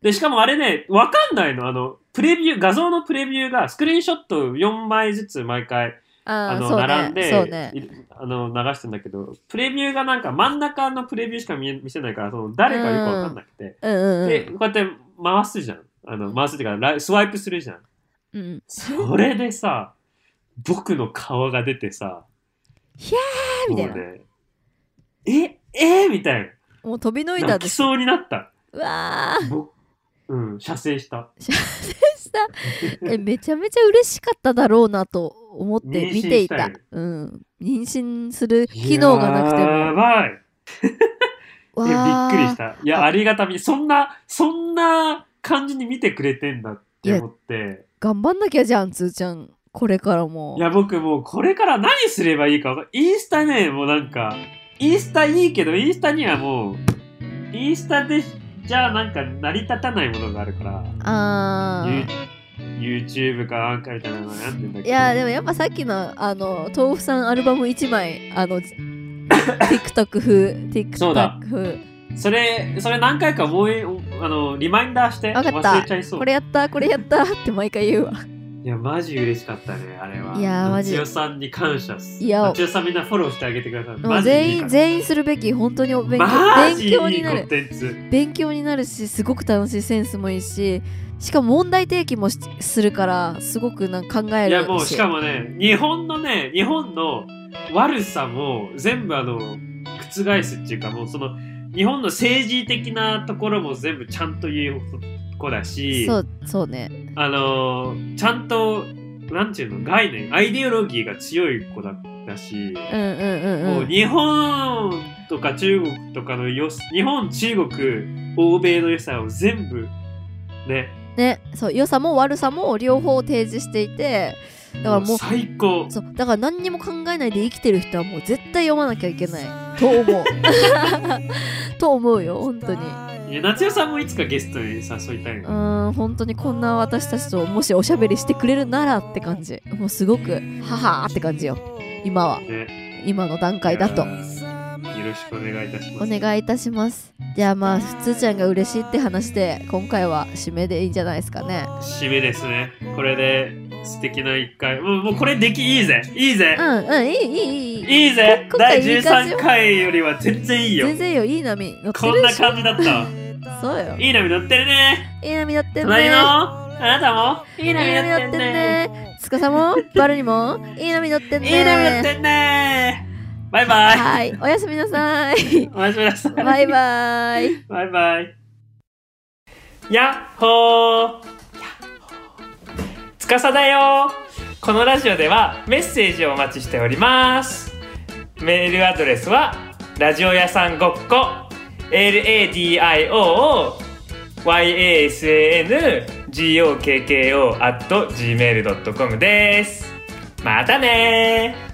B: で、しかもあれね、わかんないの。あの、プレビュー、画像のプレビューが、スクリーンショット4枚ずつ毎回、
A: あ
B: あ
A: ー
B: の、
A: そうね
B: 並んで、
A: そうね
B: いあの、流してんだけど、プレビューがなんか真ん中のプレビューしか見え見せないから、その誰かよくわかんなくて、
A: うんうん
B: で、こうやって回すじゃん。あの、回すっていうかライ、スワイプするじゃん。
A: うんうん
B: それでさ、僕の顔が出てさ、
A: ひゃーみたいな
B: もうね、え、えーみたい
A: もう飛びのい
B: な。
A: た
B: 泣
A: で
B: き
A: す
B: そうになった。
A: うわー
B: 僕うん、射精した。
A: した (laughs) えめちゃめちゃ嬉しかっただろうなと思って見ていた
B: 妊娠したよ
A: うん、妊娠する機能がなくても
B: やばい。いや
A: わー
B: びっくりした。いや、ありがたみ。そんな、そんな感じに見てくれてんだって思って。
A: 頑張んなきゃじゃんつーちゃんこれからも
B: いや、僕もうこれから何すればいいかわかんインスタね、もうなんか、インスタいいけど、インスタにはもう、インスタでじゃあなんか成り立たないものがあるから、
A: あー
B: You- YouTube かなんかみたいなのがやってんだけ
A: い
B: ど。
A: やでもやっぱさっきのあの豆腐さんアルバム1枚あの TikTok 風
B: そうだ
A: TikTok 風
B: それ、それ何回か思い、おあの、リマインダーして、
A: わかった
B: 忘れちゃいそう。
A: これやったこれやったって毎回言うわ
B: いや、マジ嬉しかったね、あれは。
A: いやマジ
B: ナチオさんに感謝っす。
A: いや
B: ナチオさんみんなフォローしてあげてください。
A: もう
B: マジでいい
A: 全員
B: から
A: 全員するべき本当にお勉強
B: マ
A: 勉
B: ジ
A: 強
B: い
A: に
B: い
A: な
B: コン
A: る
B: テンツ。
A: 勉強になるしすごく楽しいセンスもいいししかも問題提起もしするからすごくなんか考え
B: い
A: る
B: や、もう、しかもね、日本のね、日本の悪さも全部あの、覆すっていうか、もうその、日本の政治的なところも全部ちゃんと言う子だし、
A: そうそうね
B: あのーちゃんと、なんていうの、概念、アイデオロギーが強い子だだし、
A: うんうんうん
B: も
A: う
B: うん日本とか中国とかのよす日本、中国、欧米の良さを全部、ね、
A: ねそう良さも悪さも両方提示していてだからもう
B: 最高。
A: そうだから何にも考えないで生きてる人はもう絶対読まなきゃいけないと思う (laughs) と思うよ本当に
B: いや夏代さんもいつかゲストに誘いたいうな。
A: ーん本当にこんな私たちともしおしゃべりしてくれるならって感じもうすごくははーって感じよ今は
B: ね、
A: 今の段階だと
B: いやーよろしくお願いいたしま
A: お
B: す。
A: 願いいたしますじゃあまあふつーちゃんが嬉しいって話で今回は締めでいいんじゃないですかね
B: 締めですね。これで素敵な一回。もうもうこれできいいぜ。いいぜ
A: う。んうんいいいいいい
B: いいぜ。
A: こ今
B: 第
A: 回いい感じ
B: 13回よりは全然いいよ。
A: 全然よいい波乗って
B: こ
A: る
B: ん
A: で
B: な
A: しょ
B: 感じだったわ。
A: そうよ
B: いい波乗ってるね。
A: いい波乗ってん
B: 隣の
A: ね
B: あなたもいい波乗ってんね。
A: つかさ
B: (laughs)
A: もバルにもいい波乗ってんね
B: いい波乗ってんね。バイバイ。
A: はいおやすみなさい
B: おやすみなさい。
A: バイバイ
B: バイバイ。やっほーつかさだよこのラジオではメッセージをお待ちしております。メールアドレスは、ラジオ屋さんごっこ、LADIO、YASANGOKKO at gmail.com です。またねー